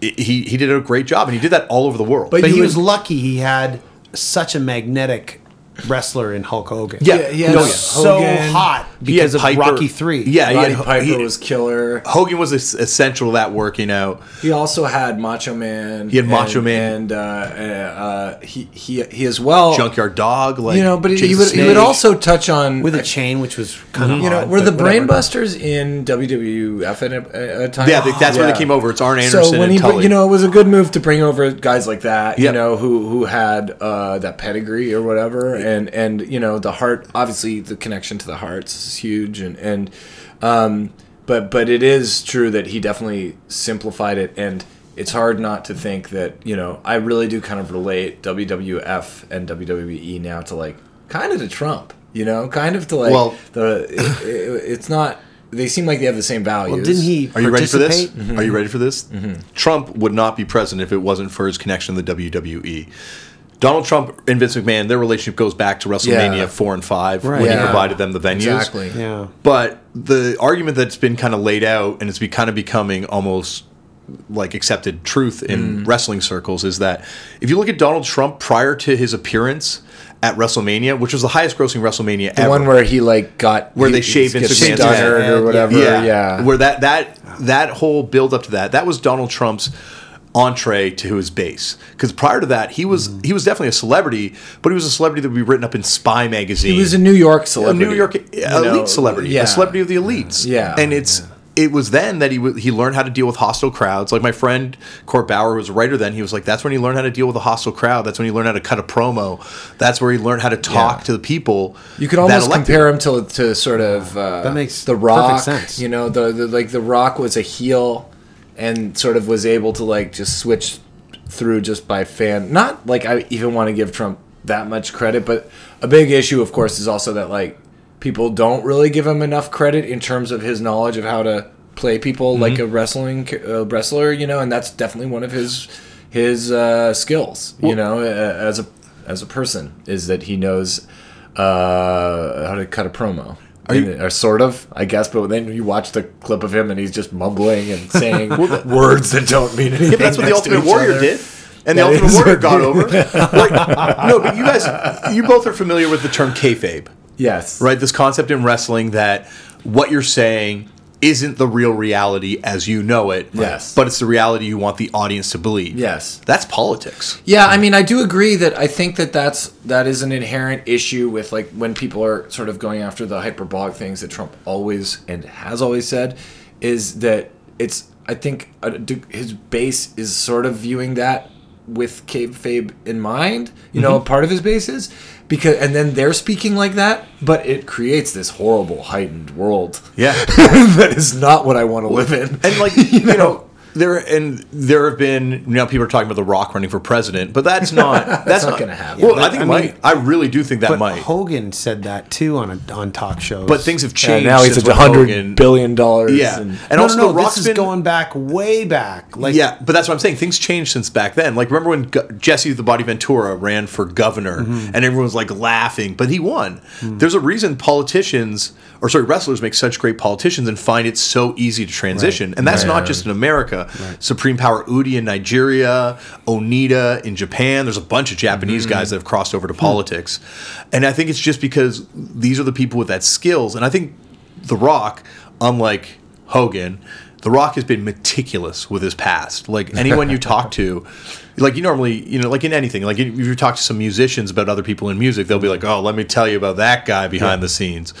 it, he he did a great job, and he did that all over the world.
but
you
he was
would-
lucky he had such a magnetic wrestler in Hulk Hogan.
yeah,
Yeah, yeah.
no,
Oh,
yeah.
so
Hogan.
hot
He had
because of
Piper-
Rocky Three.
Yeah, he
Roddy
had-
Piper
he-
was killer.
Hogan was es- essential to that working out.
He also had Macho Man.
He had Macho
and-
Man.
and uh, uh, uh, he he he as well.
Junkyard Dog, like
Oh. You know, but he
Jason
would, he
Snake.
would also touch on
with a chain, which was kind of
Mm-hmm.
You know, were the Brainbusters in WWF at a, a time?
Yeah, they- that's where they came over. It's Arn Anderson
So when
and
he,
Tully.
you know, it was a good move to bring over guys like that. You
Yep.
know, who who had uh, that pedigree or whatever, and and you know, the heart. Obviously, the connection to the hearts is huge, and and um, but but it is true that he definitely simplified it and it's hard not to think that you know i really do kind of relate wwf and wwe now to like kind of to trump you know kind of to like
Well-
the it, it- it's not they seem like they have the same values
Well, didn't he?
Are you ready for this?
participate?
Mm-hmm.
Are you ready for this? Trump would not be president if it wasn't for his connection to the WWE. Donald Trump and Vince McMahon, their relationship goes back to WrestleMania
Yeah.
four and five
Right.
when he
Yeah.
provided them the venues.
exactly
Yeah.
But the argument that's been kind of laid out and it's be kind of becoming almost like accepted truth in
Mm.
wrestling circles is that if you look at Donald Trump prior to his appearance at WrestleMania, which was the highest grossing Wrestlemania
the
ever.
one where he like got
Where
he-
they
he
shave
gets
Vince McMahon's
stunnered
head.
or whatever yeah,
Where that that that whole build up to that, that was Donald Trump's entree to his base. Because prior to that, he
Mm-hmm.
was he was definitely a celebrity, but he was a celebrity that would be written up in Spy magazine.
he was a New York
a
celebrity
New York elite
you know?
celebrity,
yeah
a celebrity of the elites.
Yeah.
and it's it was then that he w- he learned how to deal with hostile crowds. Like my friend Court Bauer who was a writer then. He was like, that's when he learned how to deal with a hostile crowd. That's when he learned how to cut a promo. That's where he learned how to talk
Yeah.
to the people.
You could
that
almost
elected
compare him to to sort of uh,
That makes
the
perfect
Rock.
sense.
You know, the, the like the Rock was a heel, and sort of was able to like just switch through just by fan. Not like I even want to give Trump that much credit, but a big issue, of course, is also that like people don't really give him enough credit in terms of his knowledge of how to play
Mm-hmm.
people like a wrestling uh, wrestler. You know, and that's definitely one of his his uh, skills. you know, uh, as a as a person, is that he knows uh, how to cut a promo. And- or sort of, I guess, but then you watch the clip of him and he's just mumbling and saying words that don't mean anything.
Yeah, but that's what the
next to
Ultimate
each
Warrior
other.
did. And the
That
Ultimate
is
Warrior
what-
got over. Like, no, but you guys, you both are familiar with the term kayfabe,
Yes.
right? This concept in wrestling that what you're saying isn't the real reality as you know it.
Yes.
But it's the reality you want the audience to believe.
Yes.
That's politics.
Yeah, I mean, I do agree that I think that that's that is an inherent issue with like when people are sort of going after the hyperbolic things that Trump always and has always said is that it's I think uh, d- his base is sort of viewing that with kayfabe in mind. You know,
Mm-hmm.
part of his base is because and then they're speaking like that, but it creates this horrible heightened world
Yeah.
that is not what I want to live in.
and like you know there and there have been you know people are talking about the rock running for president but that's not that's,
not
not,
gonna happen.
well
Yeah,
i think
I
it
mean-
might i really do think that
But
might
Hogan said that too on a, on talk shows.
but things have
Yeah,
changed
now he's at
since when
hundred
Hogan-
billion dollars.
yeah
and-
and,
and
also
also no,
the rock's
this is
been
going back way back. Like
yeah, but that's what I'm saying. Things changed since back then. Like, remember when G- Jesse the Body Ventura ran for governor and everyone was like laughing, but he won. There's a reason politicians, or sorry, wrestlers make such great politicians and find it so easy to transition. And that's not just in America. Supreme Power Udi in Nigeria, Onita in Japan. There's a bunch of Japanese
Mm.
guys that have crossed
Hmm.
over to politics. And I think it's just because these are the people with that skills. And I think the Rock, unlike Hogan, The Rock has been meticulous with his past. Like anyone you talk to, like you normally, you know, like in anything, like if you talk to some musicians about other people in music, they'll be like, "Oh, let me tell you about that guy behind the scenes."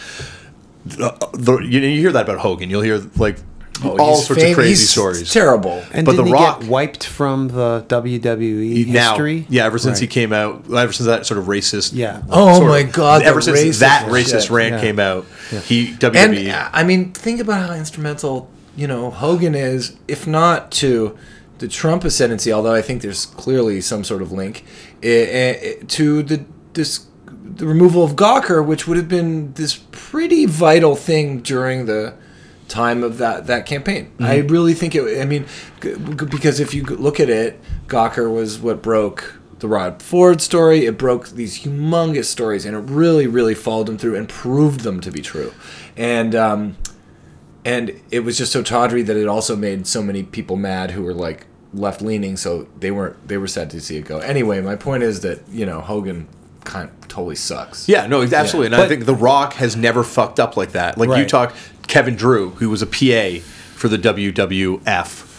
The, the- you, know, you hear that about Hogan. You'll hear like
Oh,
all
he's
sorts
fam-
of crazy
he's
stories.
Terrible.
And
But
didn't
The
he
Rock-
get wiped from the WWE
Now,
history?
yeah, ever since he
Right.
came out, ever since that sort of racist,
Yeah.
Oh
sort
my
of-
God,
ever
the
since that
racist
racist
shit.
rant
Yeah.
came out, he E WWE
And uh, I mean, think about how instrumental you know Hogan is, if not to the Trump ascendancy. Although I think there's clearly some sort of link eh, eh, eh, to the this the removal of Gawker, which would have been this pretty vital thing during the time of that that campaign. I really think it. I mean, g- g- because if you g- look at it, Gawker was what broke the Rod Ford story. It broke these humongous stories, and it really, really followed them through and proved them to be true. And um, and it was just so tawdry that it also made so many people mad who were like left leaning. So they weren't. They were sad to see it go. Anyway, my point is that you know Hogan kind of totally sucks.
Yeah, no, absolutely. And I
But-
think The Rock has never fucked up like that. Like you
Right.
talk Kevin Drew, who was a PA for the WWF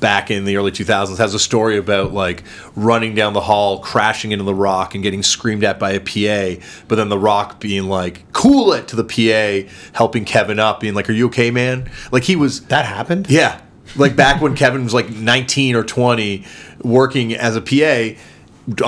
back in the early 2000s, has a story about like running down the hall, crashing into The Rock, and getting screamed at by a PA. But then The Rock being like, "Cool it" to the PA, helping Kevin up, being like, "Are you okay, man?" Like he was
That happened?
yeah. Like back when Kevin was like 19 or 20 working as a PA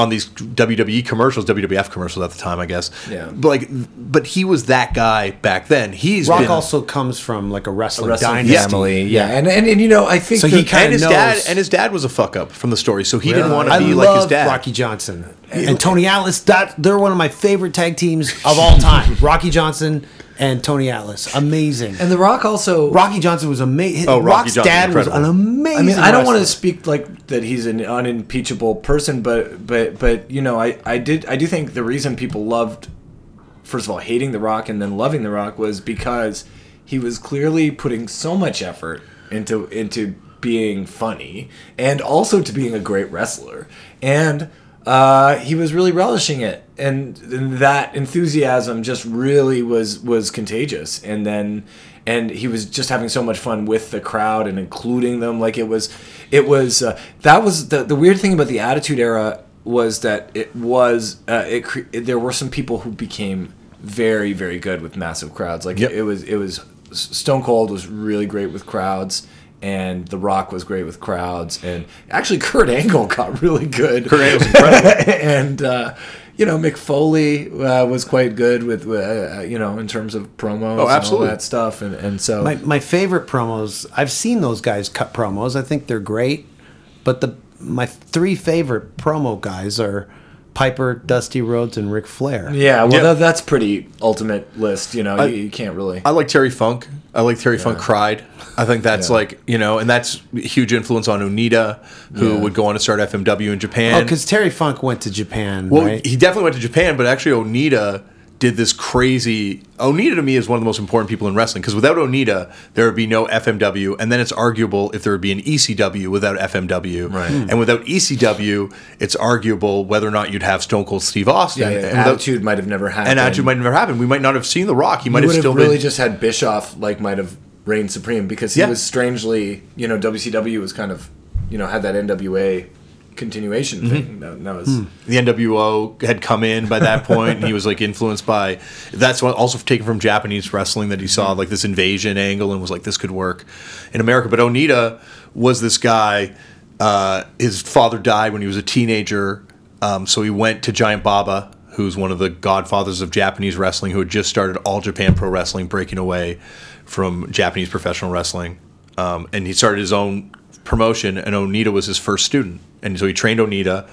on these WWE commercials, WWF commercials at the time, I guess.
Yeah.
But like, but he was that guy back then. He's
Rock
been,
also comes from like a wrestling,
wrestling
dynasty.
family. Yeah, and, and and you know, I think
So
the-
he kinda
and his
knows-
dad and his dad was a fuck up from the story, so he didn't
Really?
want
I
to be
love
like his dad.
Rocky Johnson and Tony Atlas. That they're one of my favorite tag teams of all time. Rocky Johnson and Tony Atlas, amazing.
and The Rock also.
Rocky Johnson was amazing.
Oh, Rocky
Rock's
Johnson,
dad was an
incredible.
amazing.
I mean, I don't want to
wrestler.
speak like that. He's an unimpeachable person, but but but you know, I I did I do think the reason people loved, first of all, hating The Rock and then loving The Rock was because he was clearly putting so much effort into into being funny and also to being a great wrestler and. Uh, he was really relishing it, and, and that enthusiasm just really was was contagious. And then, and he was just having so much fun with the crowd and including them. Like it was, it was uh, that was the the weird thing about the Attitude Era was that it was uh, it cre- there were some people who became very very good with massive crowds. Like
Yep.
it was it was Stone Cold was really great with crowds. And The Rock was great with crowds, and actually Kurt Angle got really good.
Kurt Angle's incredible.
and uh, you know Mick Foley uh, was quite good with uh, you know in terms of promos
Oh,
and
absolutely.
all that stuff and, and so
My, my favorite promos. I've seen those guys cut promos. I think they're great, but the my three favorite promo guys are Piper, Dusty Rhodes, and Ric Flair.
yeah well
Yeah.
tha- that's pretty ultimate list you know you, you can't really
I like Terry Funk. I like Terry Funk cried. I think that's
Yeah.
like you know, and that's a huge influence on Onita, who would go on to start FMW in Japan.
Oh, because Terry Funk went to Japan,
Well,
right?
he definitely went to Japan, but actually Onita did this crazy. Onita to me is one of the most important people in wrestling because without Onita, there would be no FMW, and then it's arguable if there would be an ECW without FMW.
Right. Hmm.
And without ECW, it's arguable whether or not you'd have Stone Cold Steve Austin.
yeah, yeah,
and without-
attitude might have never happened
and attitude might never happen. We might not have seen The Rock. He might
would
have
have
still
really
been.
just had Bischoff like might have reigned supreme because he
Yeah.
was strangely you know WCW was kind of you know had that NWA continuation
Mm-hmm.
thing that, that was
the NWO had come in by that point, and he was like influenced by that's what also taken from Japanese wrestling that he saw like this invasion angle and was like this could work in America. But Onita was this guy. Uh, his father died when he was a teenager, um, so he went to Giant Baba, who's one of the godfathers of Japanese wrestling, who had just started All Japan Pro Wrestling, breaking away from Japanese professional wrestling, um, and he started his own promotion, and Onita was his first student, and so he trained Onita,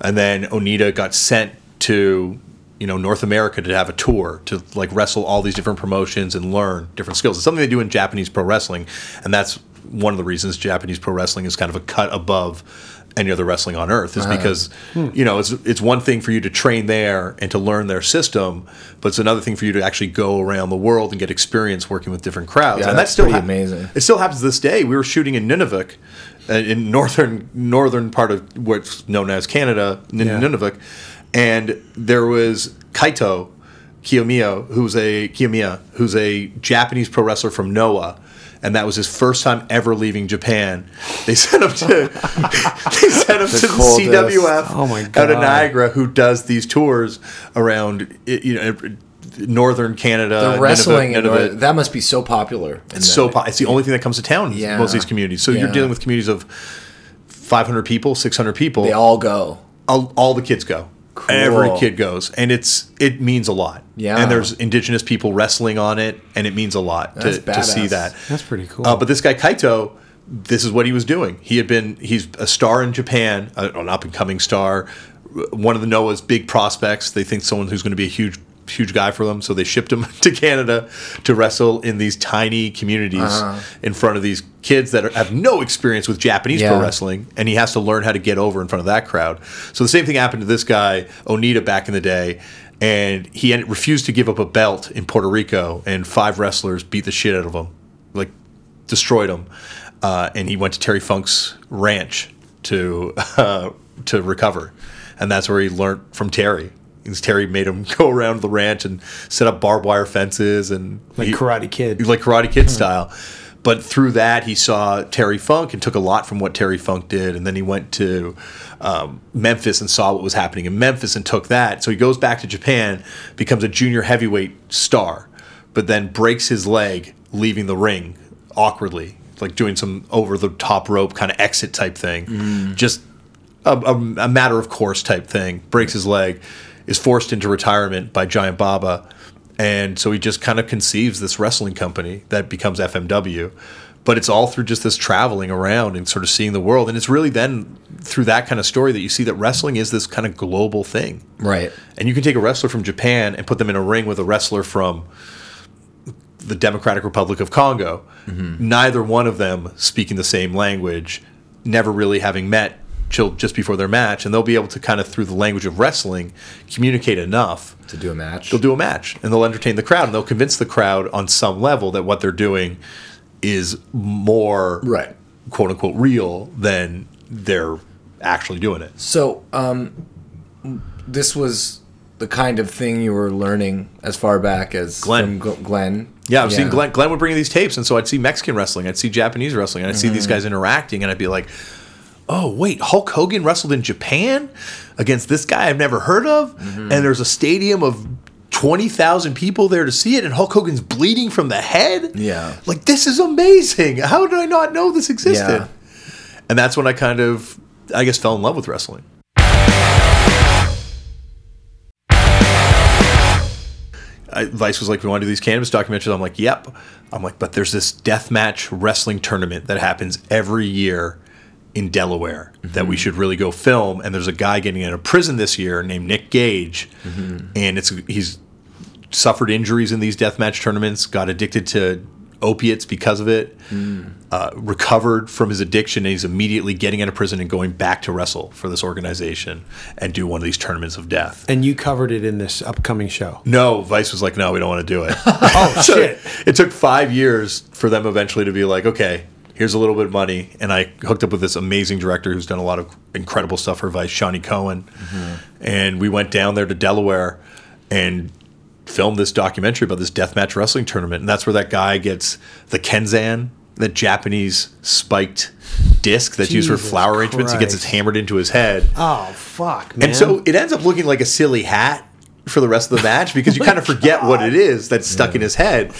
and then Onita got sent to you know North America to have a tour to like wrestle all these different promotions and learn different skills. It's something they do in Japanese pro wrestling, and that's one of the reasons Japanese pro wrestling is kind of a cut above any other wrestling on earth
Uh-huh.
is because
Hmm.
you know it's it's one thing for you to train there and to learn their system, but it's another thing for you to actually go around the world and get experience working with different crowds.
Yeah,
and
that's
that's still
pretty
hap-
amazing.
it still happens to this day. We were shooting in Nunavik, uh, in northern northern part of what's known as Canada, N-
Yeah.
Nunavik, and there was Kaito Kiyomiya, who's a Kiyomiya, who's a Japanese pro wrestler from Noah. And that was his first time ever leaving Japan. They sent him to they sent him to the
coldest.
CWF
Oh my
out of
God.
Niagara, who does these tours around i- you know northern Canada.
the
Nunavik,
wrestling in
Nunavut.
North- that must be so popular in
It's
that-
so po- it's the only thing that comes to town in
Yeah.
most of these communities. So
Yeah.
you're dealing with communities of 500 people, 600 people.
they all go
all, all the kids go.
Cool.
Every kid goes, and it's it means a lot.
Yeah.
and there's indigenous people wrestling on it, and it means a lot to,
That's
to see
badass.
that.
That's pretty cool.
Uh, but this guy Kaito, this is what he was doing. He had been he's a star in Japan, uh, an up and coming star, uh, one of the Noah's big prospects. They think someone who's going to be a huge huge guy for them, so they shipped him to Canada to wrestle in these tiny communities in front of these kids that are, have no experience with Japanese
Yeah.
pro wrestling, and he has to learn how to get over in front of that crowd. So the same thing happened to this guy Onita back in the day. And he ended, refused to give up a belt in Puerto Rico, and five wrestlers beat the shit out of him, like destroyed him, uh, and he went to Terry Funk's ranch to uh, to recover, and that's where he learned from Terry. Because Terry made him go around the ranch and set up barbed wire fences and
Like
he-
Karate Kid.
like Karate Kid style. But through that, he saw Terry Funk and took a lot from what Terry Funk did. And then he went to um, Memphis and saw what was happening in Memphis and took that. So he goes back to Japan, becomes a junior heavyweight star, but then breaks his leg leaving the ring awkwardly, like doing some over the top rope kind of exit type thing. Just a, a, a matter of course type thing. Breaks his leg, is forced into retirement by Giant Baba, and so he just kind of conceives this wrestling company that becomes FMW. But it's all through just this traveling around and sort of seeing the world, and it's really then through that kind of story that you see that wrestling is this kind of global thing.
Right.
And you can take a wrestler from Japan and put them in a ring with a wrestler from the Democratic Republic of Congo. Neither one of them speaking the same language, never really having met till just before their match, and they'll be able to kind of through the language of wrestling communicate enough
To do a match.
they'll do a match and they'll entertain the crowd and they'll convince the crowd on some level that what they're doing is more
Right.
quote unquote real than they're actually doing it.
So, um, this was the kind of thing you were learning as far back as
Glenn.
From Gl- Glenn.
Yeah, I've seen Glenn. Glenn would bring in these tapes, and so I'd see Mexican wrestling, I'd see Japanese wrestling, and I'd see these guys interacting, and I'd be like, "Oh, wait, Hulk Hogan wrestled in Japan against this guy I've never heard of, and there's a stadium of twenty thousand people there to see it, and Hulk Hogan's bleeding from the head.
Yeah.
like this is amazing. How did I not know this existed? And that's when I kind of, I guess, fell in love with wrestling. I, Vice was like, "We want to do these cannabis documentaries." I'm like, "Yep." I'm like, "But there's this deathmatch wrestling tournament that happens every year in Delaware that we should really go film." And there's a guy getting out of prison this year named Nick Gage, and it's he's suffered injuries in these deathmatch tournaments, got addicted to opiates because of it, uh, recovered from his addiction, and he's immediately getting out of prison and going back to wrestle for this organization and do one of these tournaments of death.
And you covered it in this upcoming show.
No, Vice was like, no, we don't want to do it. oh
shit.
It took five years for them eventually to be like, okay, here's a little bit of money, and I hooked up with this amazing director who's done a lot of incredible stuff for Vice, Shawnee Cohen,
Mm-hmm.
and we went down there to Delaware and filmed this documentary about this deathmatch wrestling tournament, and that's where that guy gets the kenzan, the Japanese spiked disc that's used for
Jesus
flower arrangements. He gets it
Christ.
hammered into his head.
Oh fuck, man!
And so it ends up looking like a silly hat for the rest of the match because you kind
Oh
of forget what it is that's stuck in his head.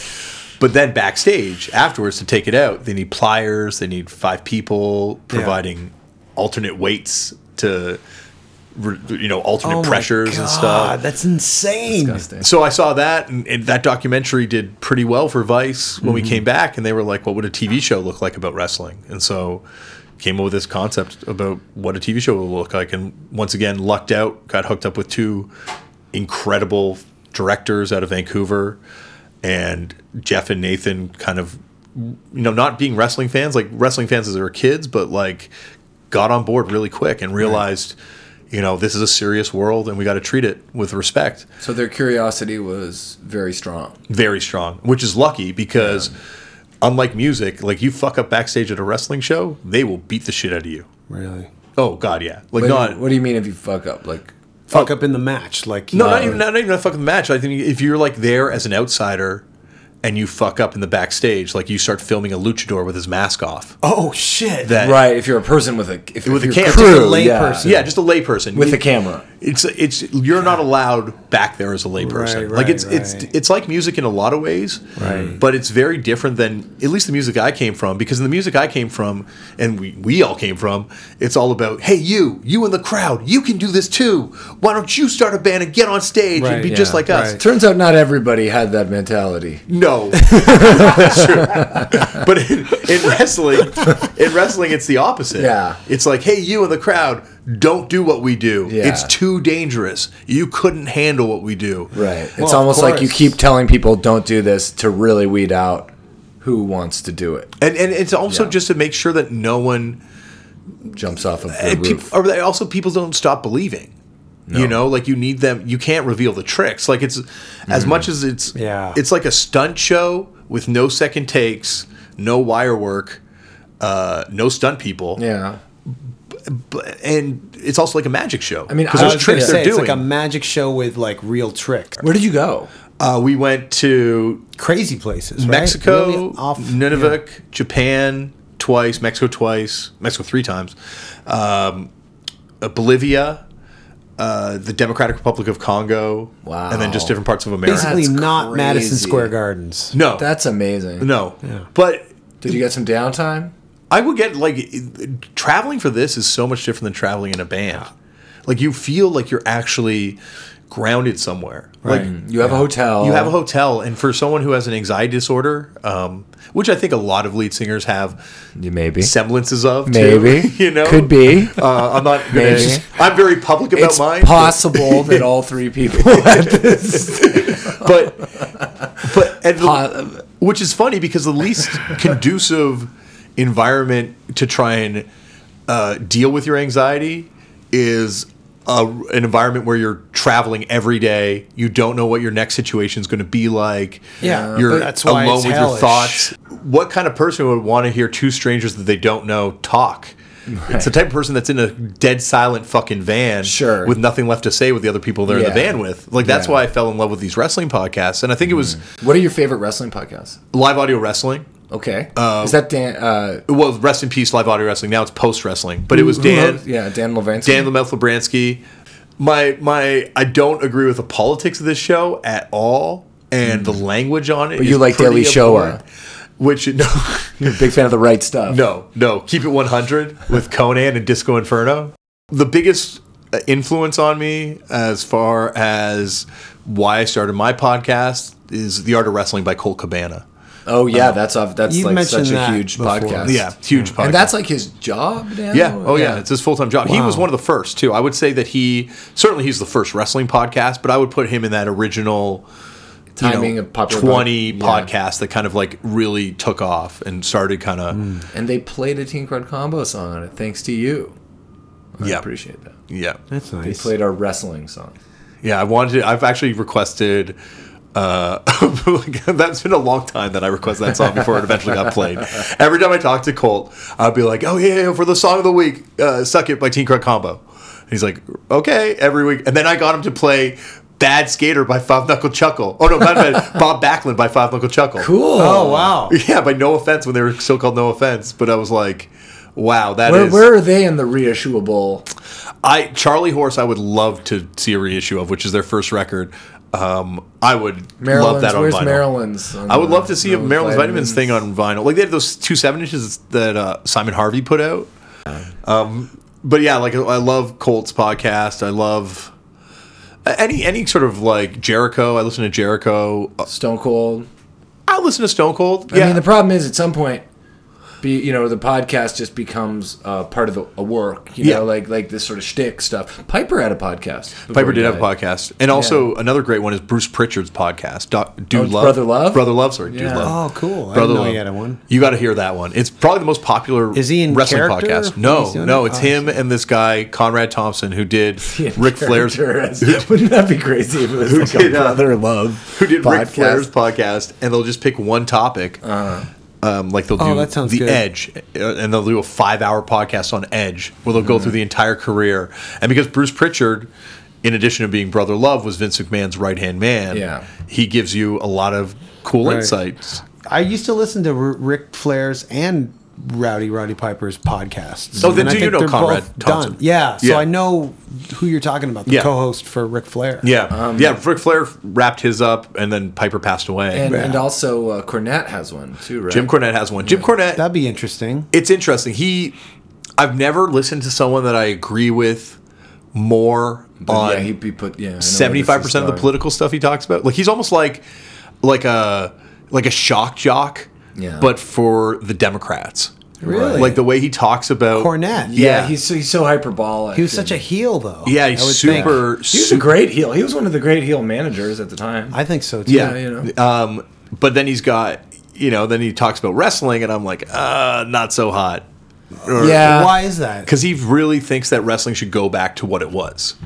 But then backstage afterwards to take it out, they need pliers, they need five people providing alternate weights to, re- you know, alternate
Oh my
pressures and
God,
stuff.
That's insane.
Disgusting.
So I saw that, and, and that documentary did pretty well for Vice when we came back, and they were like, "What would a TV show look like about wrestling?" And so came up with this concept about what a TV show would look like, and once again lucked out, got hooked up with two incredible directors out of Vancouver, and Jeff and Nathan kind of you know, not being wrestling fans, like wrestling fans as they were kids, but like got on board really quick and realized, you know, this is a serious world and we got to treat it with respect.
So their curiosity was very strong.
Very strong, which is lucky because unlike music, like you fuck up backstage at a wrestling show, they will beat the shit out of you.
Really?
Oh God, yeah, like
What,
not
do, you, what do you mean if you fuck up? Like,
Fuck up in the match, like
No, not
you-
even not, not even a fucking match. I think if you're like there as an outsider and you fuck up in the backstage, like you start filming a luchador with his mask off.
Oh shit!
That
right? If you're a person with a if, if
With a
you're
cam-
crew,
just a
lay
yeah,
person.
Yeah, just a layperson
with
You-
a camera.
It's it's you're not allowed back there as a layperson.
Right,
like it's
right,
it's
right.
it's like music in a lot of ways,
Right.
but it's very different than at least the music I came from. Because in the music I came from, and we we all came from, it's all about hey you you in the crowd you can do this too. Why don't you start a band and get on stage and
Right,
be
yeah,
just like us?
right.
Turns out not everybody had that mentality.
No, That's true. But in, in wrestling, in wrestling, it's the opposite.
Yeah.
it's like, hey, you in the crowd, don't do what we do.
Yeah.
It's too dangerous. You couldn't handle what we do.
Right.
Well,
it's
of
almost like you
course.
keep telling people don't do this to really weed out who wants to do it.
And and it's also
Yeah.
just to make sure that no one
Jumps off of the
and peop-
roof.
or that also people don't stop believing. You know, like you need them. You can't reveal the tricks. Like it's
Mm-hmm.
as much as it's
Yeah.
It's like a stunt show with no second takes, no wire work, uh, no stunt people.
Yeah.
But- and it's also like a magic show. I
mean,
I
there's
was gonna
tricks
say
they're
it's
doing.
like a magic show with like real trick,
Where did you go?
uh, we went to
crazy places. right?
Mexico,
Really off.
Nunavik, Japan twice, Mexico twice, Mexico three times, um, uh, Bolivia, uh, the Democratic Republic of Congo,
Wow.
and then just different parts of America.
Basically,
That's
not Madison
crazy.
Square Gardens.
no,
That's amazing.
no, but
Did you get some downtime?
I would get like it- traveling for this is so much different than traveling in a band. Like you feel like you're actually grounded somewhere. Like
You have a hotel.
you have a hotel, and for someone who has an anxiety disorder, um, which I think a lot of lead singers have
You maybe.
semblances of, too,
Maybe.
you know,
Could be.
Uh, I'm not. Gonna,
Maybe.
I'm very public about
it's
mine.
possible that all three people had this.
but but and the-
Po-
which is funny because the least conducive environment to try and uh, deal with your anxiety is a, an environment where you're traveling every day. You don't know what your next situation is going to be like.
Yeah,
you're
but that's why
alone
it's
with your
hellish.
thoughts. What kind of person would want to hear two strangers that they don't know talk? It's the type of person that's in a dead silent fucking van,
Sure.
with nothing left to say with the other people they're in the
Yeah.
van with. Like that's
Yeah.
why I fell in love with these wrestling podcasts, and I think it
Mm.
was
What are your favorite wrestling podcasts?
live audio wrestling.
Okay. Is that Dan? Uh,
It was rest in peace, live audio wrestling. Now it's post wrestling, but it was
who
Dan,
wrote- Yeah, Dan Levinsky.
Dan Lemeth Lebransky. My my, I don't agree with the politics of this show at all, and the language on it. But
Mm. you like Daily Show, huh?
which no,
You're a big fan of the right stuff.
no, no. Keep it one hundred with Conan and Disco Inferno. The biggest uh, influence on me, as far as why I started my podcast, is The Art of Wrestling by Colt Cabana.
Oh yeah, that's off. That's
You've
like
mentioned
such a
that
huge
before.
podcast.
Yeah, huge podcast.
And that's like his job now.
Yeah. Oh, yeah. It's his full time job. He was one of the first too. I would say that he certainly he's the first wrestling podcast, but I would put him in that original you know,
timing of popular
twenty
yeah.
podcast that kind of like really took off and started kind of
And they played a Teen Crowd combo song on it. Thanks to you. I
Yeah.
appreciate that.
yeah
That's
They
nice.
played our wrestling song.
yeah. I wanted. I've actually requested. Uh, that's been a long time that I request that song before it eventually got played. Every time I talk to Colt, I'll be like, "Oh yeah, yeah, for the song of the week, uh, "Suck It" by Teen Crowd Combo." And he's like, "Okay," every week, and then I got him to play "Bad Skater" by Five Knuckle Chuckle. Oh no, not bad, Bob Backlund by Five Knuckle Chuckle.
Cool.
Oh wow.
Yeah, by No Offense when they were still called No Offense, but I was like, "Wow, that is."
Where, where are they in the reissuable?
I Charlie Horse, I would love to see a reissue of, which is their first record. Um, I would love
Maryland's.
that on
where's
vinyl.
Maryland's? on
I would
the-
love to see a Maryland's vitamins, thing on vinyl. Like they had those two seven inches that uh, Simon Harvey put out. Um, but yeah, like I I love Colts podcast. I love uh, any any sort of like Jericho. I listen to Jericho.
Stone Cold.
I listen to Stone Cold.
I
Yeah,
mean, the problem is at some point, be you know, the podcast just becomes uh, part of the, a work. You
Yeah.
know, like like this sort of shtick stuff. Piper had a podcast. before
Piper
he
did have a
died.
podcast, and also another great one is Bruce Pritchard's podcast, Doc, Dude
Oh,
Love,
Brother Love?
Brother Love. Sorry, Dude
Yeah.
Love.
Oh, cool. I didn't
Brother
know
Love.
he had a one.
You got to hear that one. It's probably the most popular
Is he in
wrestling
character
podcast.
when
No,
he's doing
no,
it?
it's
Oh, I
him and this guy Conrad Thompson who did Ric Flair's
Character as- Wouldn't that be crazy if it was like
did,
a
uh,
brother love?
who did
podcast?
Ric Flair's podcast, and they'll just pick one topic. Um, like they'll do
Uh-huh. Oh, that sounds
the
good.
Edge, uh, and they'll do a five-hour podcast on Edge, where they'll
Mm-hmm.
go through the entire career. And because Bruce Pritchard, in addition to being brother love, was Vince McMahon's right-hand man,
Yeah.
he gives you a lot of cool
Right.
insights.
I used to listen to R- Rick Flair's and Rowdy Roddy Piper's podcasts.
Oh, then
And I
do you
think
know
they're
Conrad
both
Thompson?
done. Yeah, so
Yeah.
I know who you're talking about, the
Yeah.
co-host for Ric Flair.
Yeah,
Um,
yeah. Ric Flair wrapped his up, and then Piper passed away.
And, and also uh, Cornette has one too, right?
Jim Cornette has one. Jim Cornette
That'd be interesting.
it's interesting. He, I've never listened to someone that I agree with more on
yeah, he, he put yeah. I know where this is
seventy-five percent of the
going.
political stuff he talks about. Like he's almost like, like a like a shock jock,
Yeah.
but for the Democrats.
Really?
Like the way he talks about
Cornette.
Yeah,
Yeah.
he's so, he's so hyperbolic.
He was such a heel, though.
Yeah,
I
he's
would think.
super.
He was a
super-
great heel. He was one of the great heel managers at the time.
I think so too.
Yeah,
you know.
Um, but then he's got you know then he talks about wrestling, and I'm like, uh, not so hot. Or-
Why is that?
because he really thinks that wrestling should go back to what it was.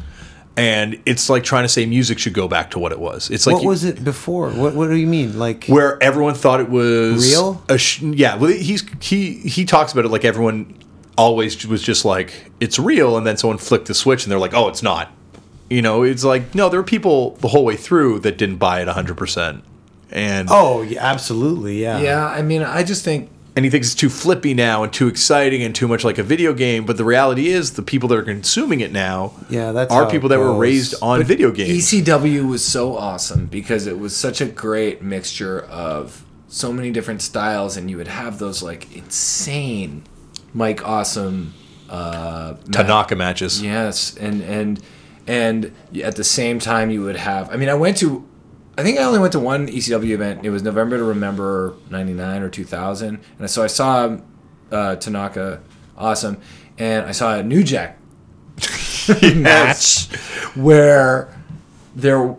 And it's like trying to say music should go back to what it was. It's like
what
you-
was it before? What What do you mean? Like
where everyone thought it was
Real?
A sh- yeah, well, he's he he talks about it like everyone always was just like it's real, and then someone flicked the switch and they're like, oh, it's not. You know, it's like no, there were people the whole way through that didn't buy it hundred percent, and
Oh, yeah, absolutely. Yeah.
yeah, I mean, I just think
and he thinks it's too flippy now and too exciting and too much like a video game. But the reality is, the people that are consuming it now,
Yeah, that's
are
how it
people that were
goes.
raised on video games.
ECW E was so awesome because it was such a great mixture of so many different styles, and you would have those like insane Mike Awesome. Uh,
Tanaka matches.
Yes, and and and at the same time, you would have. I mean, I went to. I think I only went to one ECW event. It was November to Remember '99 or 2000, and so I saw uh, Tanaka, awesome, and I saw a New Jack match where there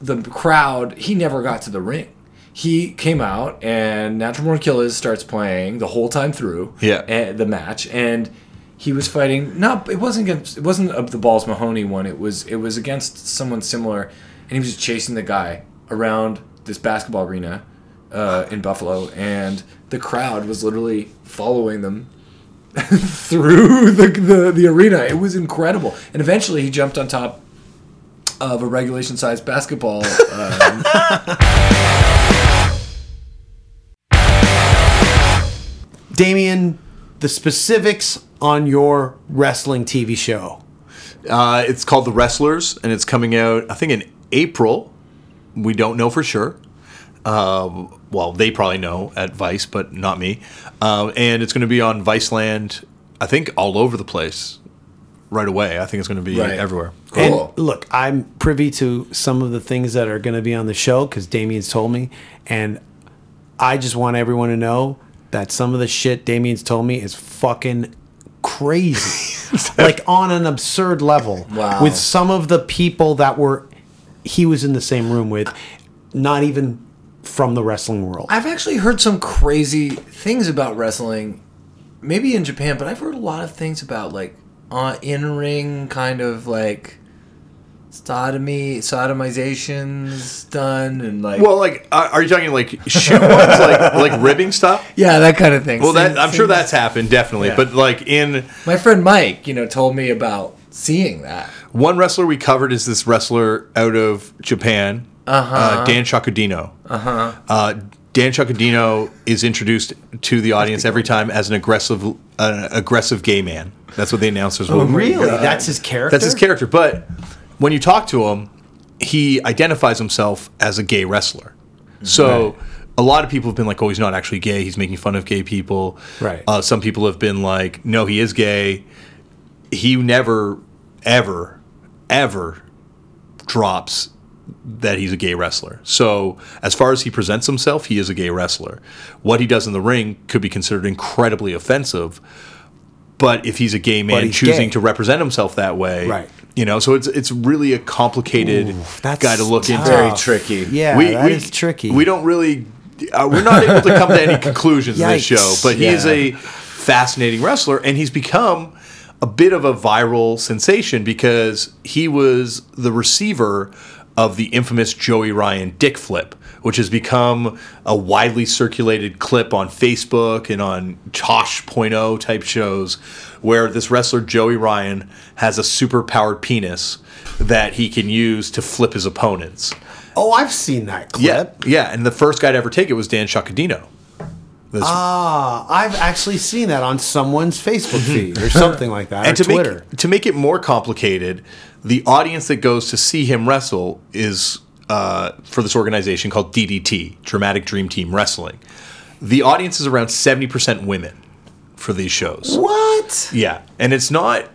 the crowd he never got to the ring he came out and natural born killers starts playing the whole time through
Yeah.
eh, the match and he was fighting not it wasn't against it wasn't of the balls mahoney one it was it was against someone similar and he was just chasing the guy around this basketball arena uh, in buffalo and the crowd was literally following them through the, the, the arena. It was incredible. And eventually he jumped on top of a regulation sized basketball. Um,
Damien, the specifics on your wrestling TV show.
Uh, it's called The Wrestlers, and it's coming out, I think, in April. We don't know for sure. Um, well, they probably know at Vice, but not me. Um, and it's going to be on Viceland, I think, all over the place right away. I think it's going to be
Right.
everywhere.
cool.
And look, I'm privy to some of the things that are going to be on the show because Damien's told me. And I just want everyone to know that some of the shit Damien's told me is fucking crazy. like on an absurd level.
Wow.
With some of the people that were he was in the same room with, not even from the wrestling world.
I've actually heard some crazy things about wrestling, maybe in Japan, but I've heard a lot of things about like uh, in ring kind of like sodomy, sodomizations done and like.
Well, like, are are you talking like shoot ones, like like ribbing stuff?
yeah, that kind of thing.
Well, that
Same-
I'm sure
same-
that's happened definitely.
Yeah.
But like in
My friend Mike, you know, told me about seeing that.
One wrestler we covered is this wrestler out of Japan, uh-huh. Dan Chakudino. Uh-huh. Dan Chakudino is introduced to the audience every time as an aggressive, an aggressive gay man. That's what the announcers will.
really? That's his character?
Oh That's his character. But when you talk to him, he identifies himself as a gay wrestler. So a lot of people have been like, "Oh, he's not actually gay. He's making fun of gay people."
Right.
Uh, some people have been like, "No, he is gay. He never, ever, ever drops." That he's a gay wrestler. So, as far as he presents himself, he is a gay wrestler. What he does in the ring could be considered incredibly offensive, but if he's a gay man
he's
choosing
gay.
to represent himself that way,
Right.
You know, so it's it's really a complicated
that's
guy to look into.
Very Oh.
tricky.
Yeah, that is tricky.
We don't really, uh, we're not able to come to any conclusions in this
Yikes.
show. But he is
Yeah.
a fascinating wrestler, and he's become a bit of a viral sensation because he was the receiver of the infamous Joey Ryan dick flip, which has become a widely circulated clip on Facebook and on Tosh.0 type shows where this wrestler Joey Ryan has a super powered penis that he can use to flip his opponents.
oh, I've seen that clip.
Yeah, yeah, and the first guy to ever take it was Dan Chacodino. This-
Ah, I've actually seen that on someone's Facebook feed or something like that,
and
or
to
Twitter.
make to make it more complicated, the audience that goes to see him wrestle is uh, for this organization called DDT, Dramatic Dream Team Wrestling. The audience is around seventy percent women for these shows.
what?
Yeah, and it's not,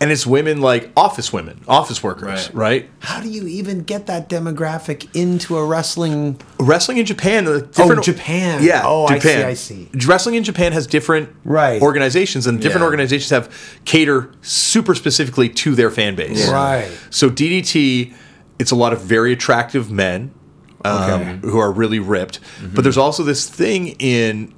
and it's women like office women, office workers,
Right.
right?
How do you even get that demographic into a wrestling?
wrestling in Japan. the Different,
Japan.
Yeah.
Oh, I see,
Japan.
I see.
Wrestling in Japan has different
Right.
organizations, and different
Yeah.
organizations have cater super specifically to their fan base.
Yeah.
Right.
So DDT, it's a lot of very attractive men um, who are really ripped,
Mm-hmm.
but there's also this thing in.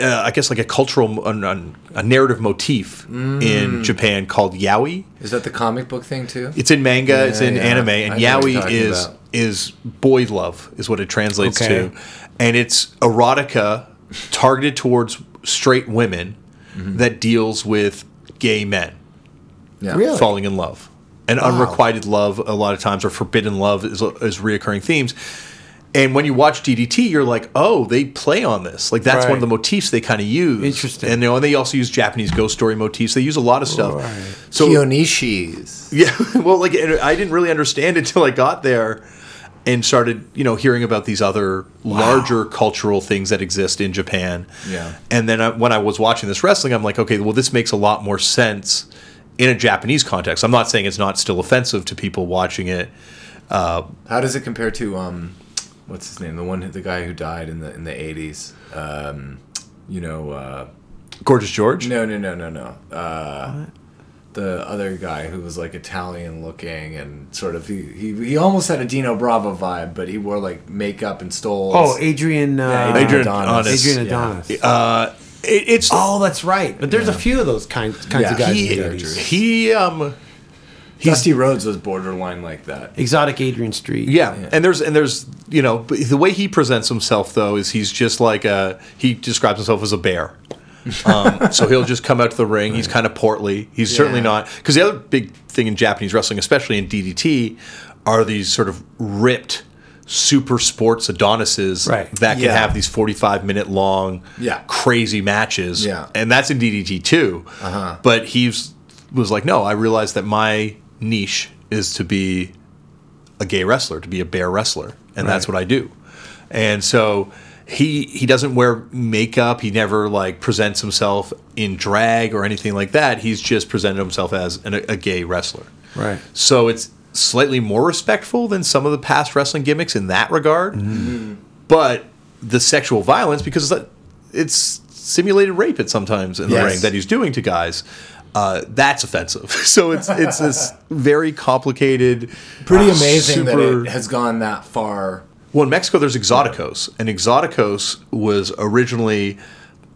Uh, I guess like a cultural, an- an- a narrative motif
Mm.
in Japan called yaoi.
Is that the comic book thing too?
It's in manga, it's in
yeah.
anime, and
I know what you're
yaoi
talking
is
about.
is boy love is what it translates
Okay.
to, and it's erotica targeted towards straight women
Mm-hmm.
that deals with gay men
Yeah.
Really?
falling in love. And unrequited love, a lot of times, or forbidden love is, is reoccurring themes. And when you watch DDT, you're like, oh, they play on this. Like that's
Right.
one of the motifs they kind of use.
Interesting.
And, you know, and they also use Japanese ghost story motifs. They use a lot of stuff. So
Kyonishi's.
yeah, well, like and I didn't really understand it till I got there, and started, you know, hearing about these other larger cultural things that exist in Japan.
Yeah.
And then I, when I was watching this wrestling, I'm like, okay, well, this makes a lot more sense in a Japanese context. I'm not saying it's not still offensive to people watching it.
How does it compare to um, what's his name? The one, the guy who died in the in the eighties. Um, you know, uh,
Gorgeous George.
no, no, no, no, no. Uh, the other guy who was like Italian looking and sort of he, he he almost had a Dino Bravo vibe, but he wore like makeup and stole.
Oh, Adrian. Uh,
Yeah,
Adrian,
Adrian
Adonis.
Adonis.
Adrian
Yeah.
Adonis.
Uh, it, it's
Oh, that's right. But there's a few of those kinds kinds of
Yeah.
guys.
he,
in the
Adrian.
80s.
he um
Dusty Rhodes was borderline like that.
Exotic Adrian Street.
yeah. and there's and there's you know but the way he presents himself though is he's just like a he describes himself as a bear um, so he'll just come out to the ring he's kind of portly he's certainly
Yeah.
not because the other big thing in japanese wrestling especially in ddt are these sort of ripped super sports adonises
Right.
that can
Yeah.
have these 45 minute long
Yeah.
crazy matches
Yeah.
and that's in ddt too uh-huh. but he's was like no i realized that my niche is to be a gay wrestler, to be a bear wrestler, and that's what I do. And so he he doesn't wear makeup. He never like presents himself in drag or anything like that. He's just presented himself as an, a gay wrestler.
Right.
So it's slightly more respectful than some of the past wrestling gimmicks in that regard.
Mm-hmm.
But the sexual violence, because it's- it's simulated rape at sometimes in the
Yes.
ring that he's doing to guys, uh, that's offensive. So it's it's this very complicated, uh,
Pretty amazing
super-
that it has gone that far.
well, in Mexico, there's exoticos, and exoticos was originally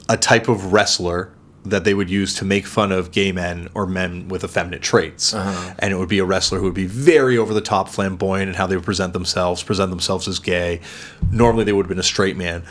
a type of wrestler that they would use to make fun of gay men or men with effeminate traits. And it would be a wrestler who would be very over the top, flamboyant, and how they would present themselves, present themselves as gay. Normally, they would have been a straight man.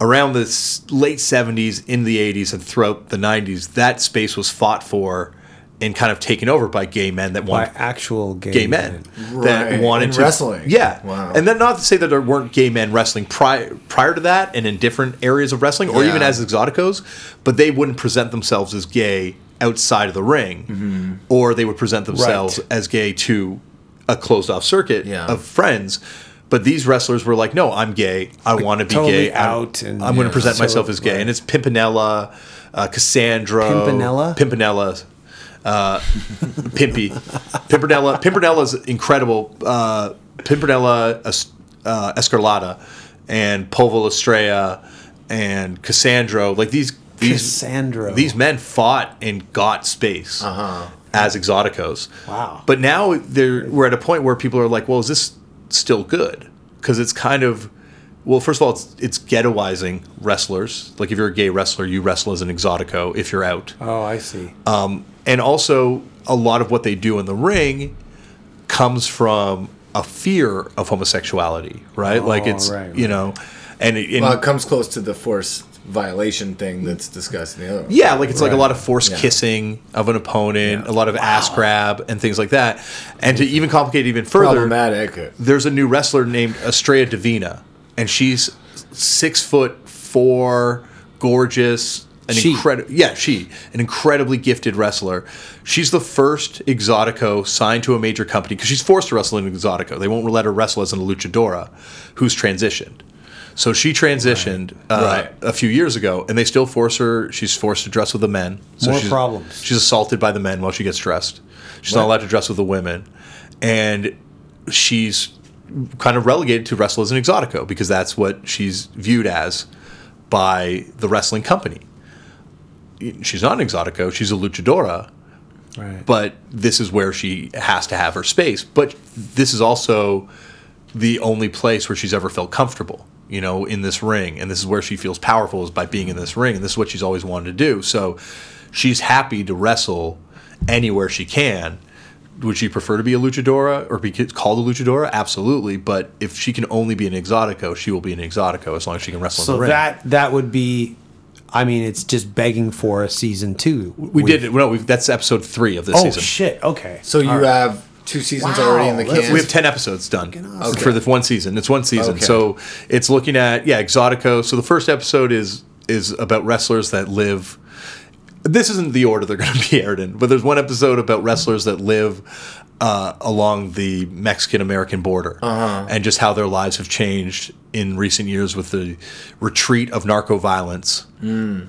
Around the s- late 70s, in the 80s, and throughout the 90s, that space was fought for and kind of taken over by gay men that
By
wanted
actual gay,
gay men
Right.
that wanted
In
to
wrestling.
Yeah,
Wow.
and then not to say that there weren't gay men wrestling prior prior to that and in different areas of wrestling or
Yeah.
even as exoticos, but they wouldn't present themselves as gay outside of the ring,
Mm-hmm.
or they would present themselves
Right.
as gay to a closed off circuit
Yeah.
of friends. But these wrestlers were like, "No, I'm gay. I want to be
totally
gay. I'm-
out and-
I'm, going
Yeah.
to present
So-
myself as gay." And it's Pimpinella, uh, Cassandra,
Pimpinella?
Pimpinella, Pimpy. Pimpernella. Pimpernella's incredible. Uh, Pimpernella Es- uh, Escarlata and Povo Estrella and Cassandro. Like these. These,
Cassandro. Uh-huh.
These men fought and got space as exoticos.
Wow.
But now they're, we're at a point where people are like, well, is this still good? Because it's kind of. Well, first of all, it's, it's ghettoizing wrestlers. Like, if you're a gay wrestler, you wrestle as an exotico if you're out
Oh, I see.
and also a lot of what they do in the ring comes from a fear of homosexuality, right? like it's
right,
you know, and, it, and
Well, Uh, it comes close to the force violation thing that's discussed in the other. one.
yeah, like it's like a
Right.
lot of forced
Yeah.
kissing of an opponent, a lot of ass grab and things like that. And to even complicate it even further,
problematic.
there's a new wrestler named Estrella Divina, and she's six foot four, gorgeous, an
She.
incredible yeah, she an incredibly gifted wrestler. She's the first exotico signed to a major company because she's forced to wrestle in an exotico. They won't let her wrestle as an luchadora, who's transitioned. So she transitioned Uh,
Right.
a few years ago, and they still force her. She's forced to dress with the men. So
More
she's,
problems.
She's assaulted by the men while she gets dressed. She's not allowed to dress with the women, and she's kind of relegated to wrestle as an exotico because that's what she's viewed as by the wrestling company. She's not an exotico; she's a luchadora,
Right.
but this is where she has to have her space. But this is also the only place where she's ever felt comfortable, you know, in this ring. And this is where she feels powerful is by being in this ring. And this is what she's always wanted to do. So she's happy to wrestle anywhere she can. Would she prefer to be a luchadora or be called a luchadora? Absolutely. But if she can only be an exotico, she will be an exotico as long as she can wrestle in
so
the ring.
that that would be. I mean, it's just begging for a season two.
we did it. No, we've, that's episode three of this
Oh
season.
shit! Okay.
So you have two seasons
Wow,
already in the
let's-
can.
We have ten episodes done
awesome.
for the one season. It's one season,
Okay.
so it's looking at yeah, Exotico. So the first episode is is about wrestlers that live. This isn't the order they're going to be aired in, but there's one episode about wrestlers that live uh, along the Mexican American border and just how their lives have changed in recent years with the retreat of narco violence,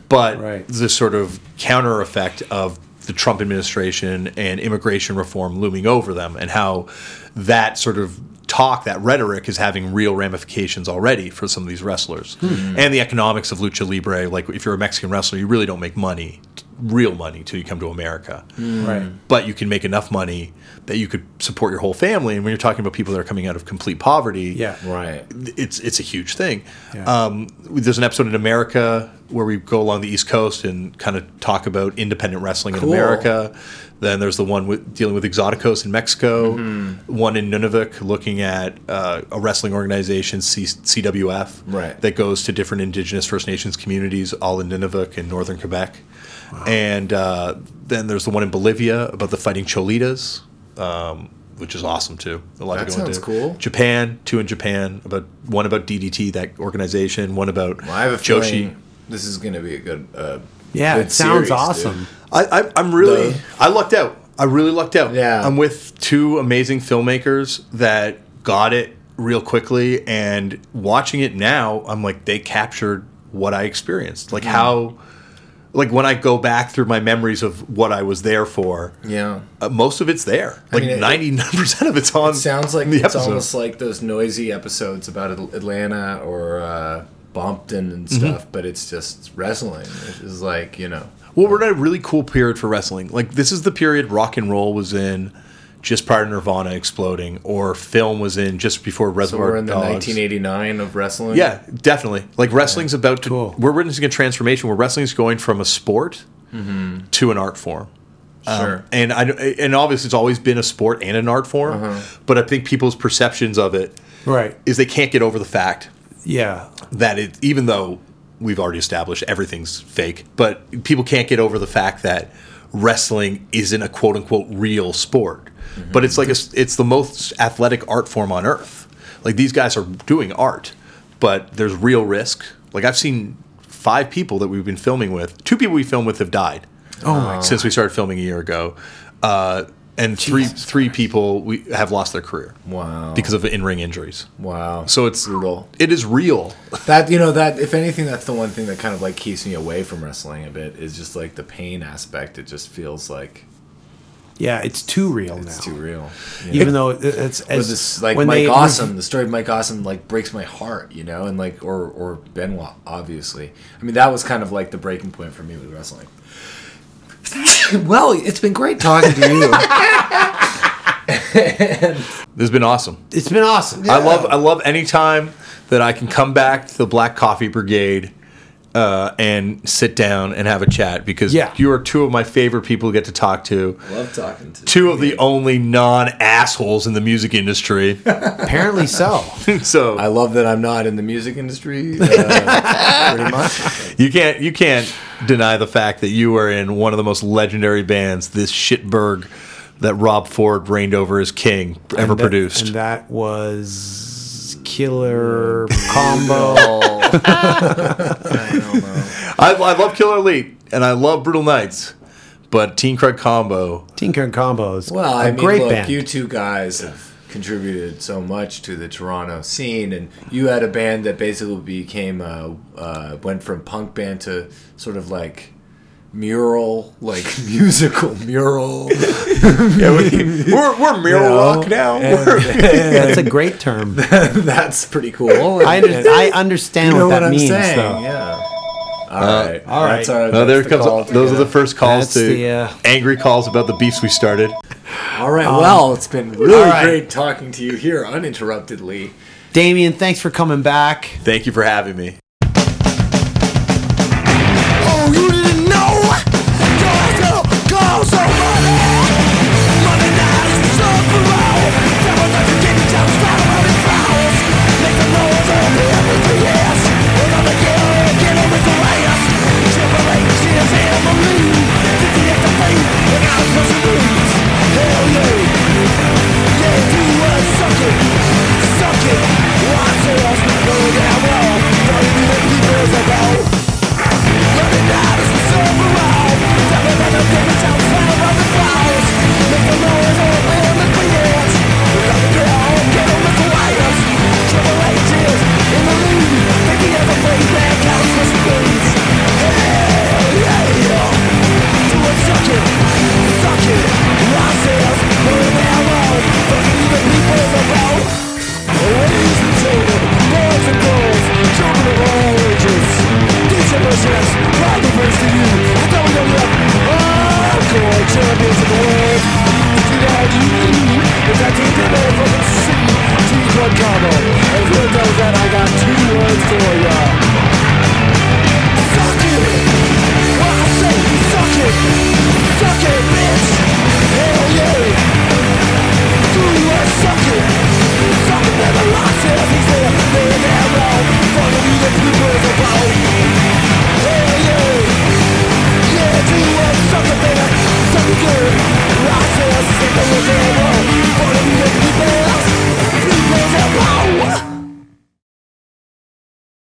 but
Right.
the sort of counter effect of the Trump administration and immigration reform looming over them and how that sort of talk that rhetoric is having real ramifications already for some of these wrestlers
Hmm.
and the economics of lucha libre like if you're a mexican wrestler you really don't make money real money till you come to america
Right.
but you can make enough money that you could support your whole family. And when you're talking about people that are coming out of complete poverty,
Yeah.
Right.
it's it's a huge thing.
Yeah.
Um, there's an episode in America where we go along the East Coast and kind of talk about independent wrestling
Cool.
in America. Then there's the one with dealing with exoticos in Mexico,
Mm-hmm.
one in Nunavik looking at uh, a wrestling organization, C- CWF,
Right.
that goes to different indigenous First Nations communities, all in Nunavik and northern Quebec. And uh, then there's the one in Bolivia about the fighting cholitas, um, which is awesome too. A lot
That
to go into.
sounds cool.
Japan, two in Japan, about one about DDT that organization, one about
Well, I have a
Joshi.
feeling this is going to be a good. Uh,
Yeah,
good
it sounds
series, dude.
awesome.
I, I I'm really
The-
I lucked out. I really lucked out.
Yeah.
I'm with two amazing filmmakers that got it real quickly and watching it now, I'm like they captured what I experienced.
Hmm.
Like how like when I go back through my memories of what I was there for,
Yeah.
uh, most of it's there. Like
mean, it-
99% of it's on
Sounds like
the
it's
episode.
almost like those noisy episodes about Atl- Atlanta or uh, Bompton and
Mm-hmm.
stuff, but it's just wrestling. It's like, you know.
Well, we're in a really cool period for wrestling. Like this is the period rock and roll was in, just prior to Nirvana exploding, or film was in just before
So
Reservoir
we're in the
Dogs.
1989 of wrestling.
yeah, definitely. Like wrestling's about to.
Cool.
We're witnessing a transformation where wrestling's going from a sport
Mm-hmm.
to an art form. Um,
Sure.
and I and obviously it's always been a sport and an art form,
Uh-huh.
but I think people's perceptions of it
Right.
is they can't get over the fact
Yeah.
that it even though we've already established everything's fake, but people can't get over the fact that wrestling isn't a quote unquote real sport. But it's like a, it's the most athletic art form on earth. Like these guys are doing art, but there's real risk. Like I've seen five people that we've been filming with. Two people we filmed with have died. Oh my god. Since we started filming a year ago. Uh, and three three people we have lost their career
Wow.
because of in-ring injuries.
wow.
So it's
Brutal.
It is real.
That you know that if anything, that's the one thing that kind of like keeps me away from wrestling a bit is just like the pain aspect. It just feels like
Yeah, it's too real now.
it's too real. You know?
Even though it- it's
It was
as,
this like
when
Mike
they-
Awesome. The story of Mike Awesome like breaks my heart, you know, and like or or Benoit obviously. I mean, that was kind of like the breaking point for me with wrestling. well, it's been great talking to you.
It's been awesome.
It's been awesome.
I love I love any time that I can come back to the Black Coffee Brigade uh, and sit down and have a chat because
Yeah.
you are two of my favorite people to get to talk to.
Love talking to
Two of the only non assholes in the music industry.
Apparently so.
so
I love that I'm not in the music industry. Uh, pretty much.
you can't you can't deny the fact that you were in one of the most legendary bands, this shitberg that Rob Ford reigned over as king ever
That-
produced.
And that was killer combo.
I don't know.
I, I love Killer Elite and I love Brutal Knights, but Teen Craig Combo
Tinker and combos.
Well,
a
I mean,
great
look,
band.
you two guys have contributed so much to the Toronto scene, and you had a band that basically became uh, uh, went from punk band to sort of like mural, like musical mural.
Yeah, we, we're we're mural
know?
rock now. We're-
That's a great term.
That's pretty cool.
I, under, I understand
you know
what that
what I'm
means,
saying?
though. Uh,
Yeah. All right.
all right.
That's our,
Oh, there
that's the
comes.
call to
those are
go.
the first calls
That's
to
the, uh,
angry calls about the beefs we started.
All right. well, it's been really
Um, right.
great talking to you here uninterruptedly.
Damien, thanks for coming back.
Thank you for having me.
Oh, you didn't know? Your girl calls her money. Money that is so low. Devil that you keep down, spout out his bowels. Make the noise of the every three years. Put on the gear and get on with the race. Shivering, she is here for me. Did you get the fate? And I was supposed to lose. Hell no. Yeah, you were sucking. Sucking. Why say us not go down wrong? Don't you words for ya. Suck it. Well, I say, suck it. Suck it.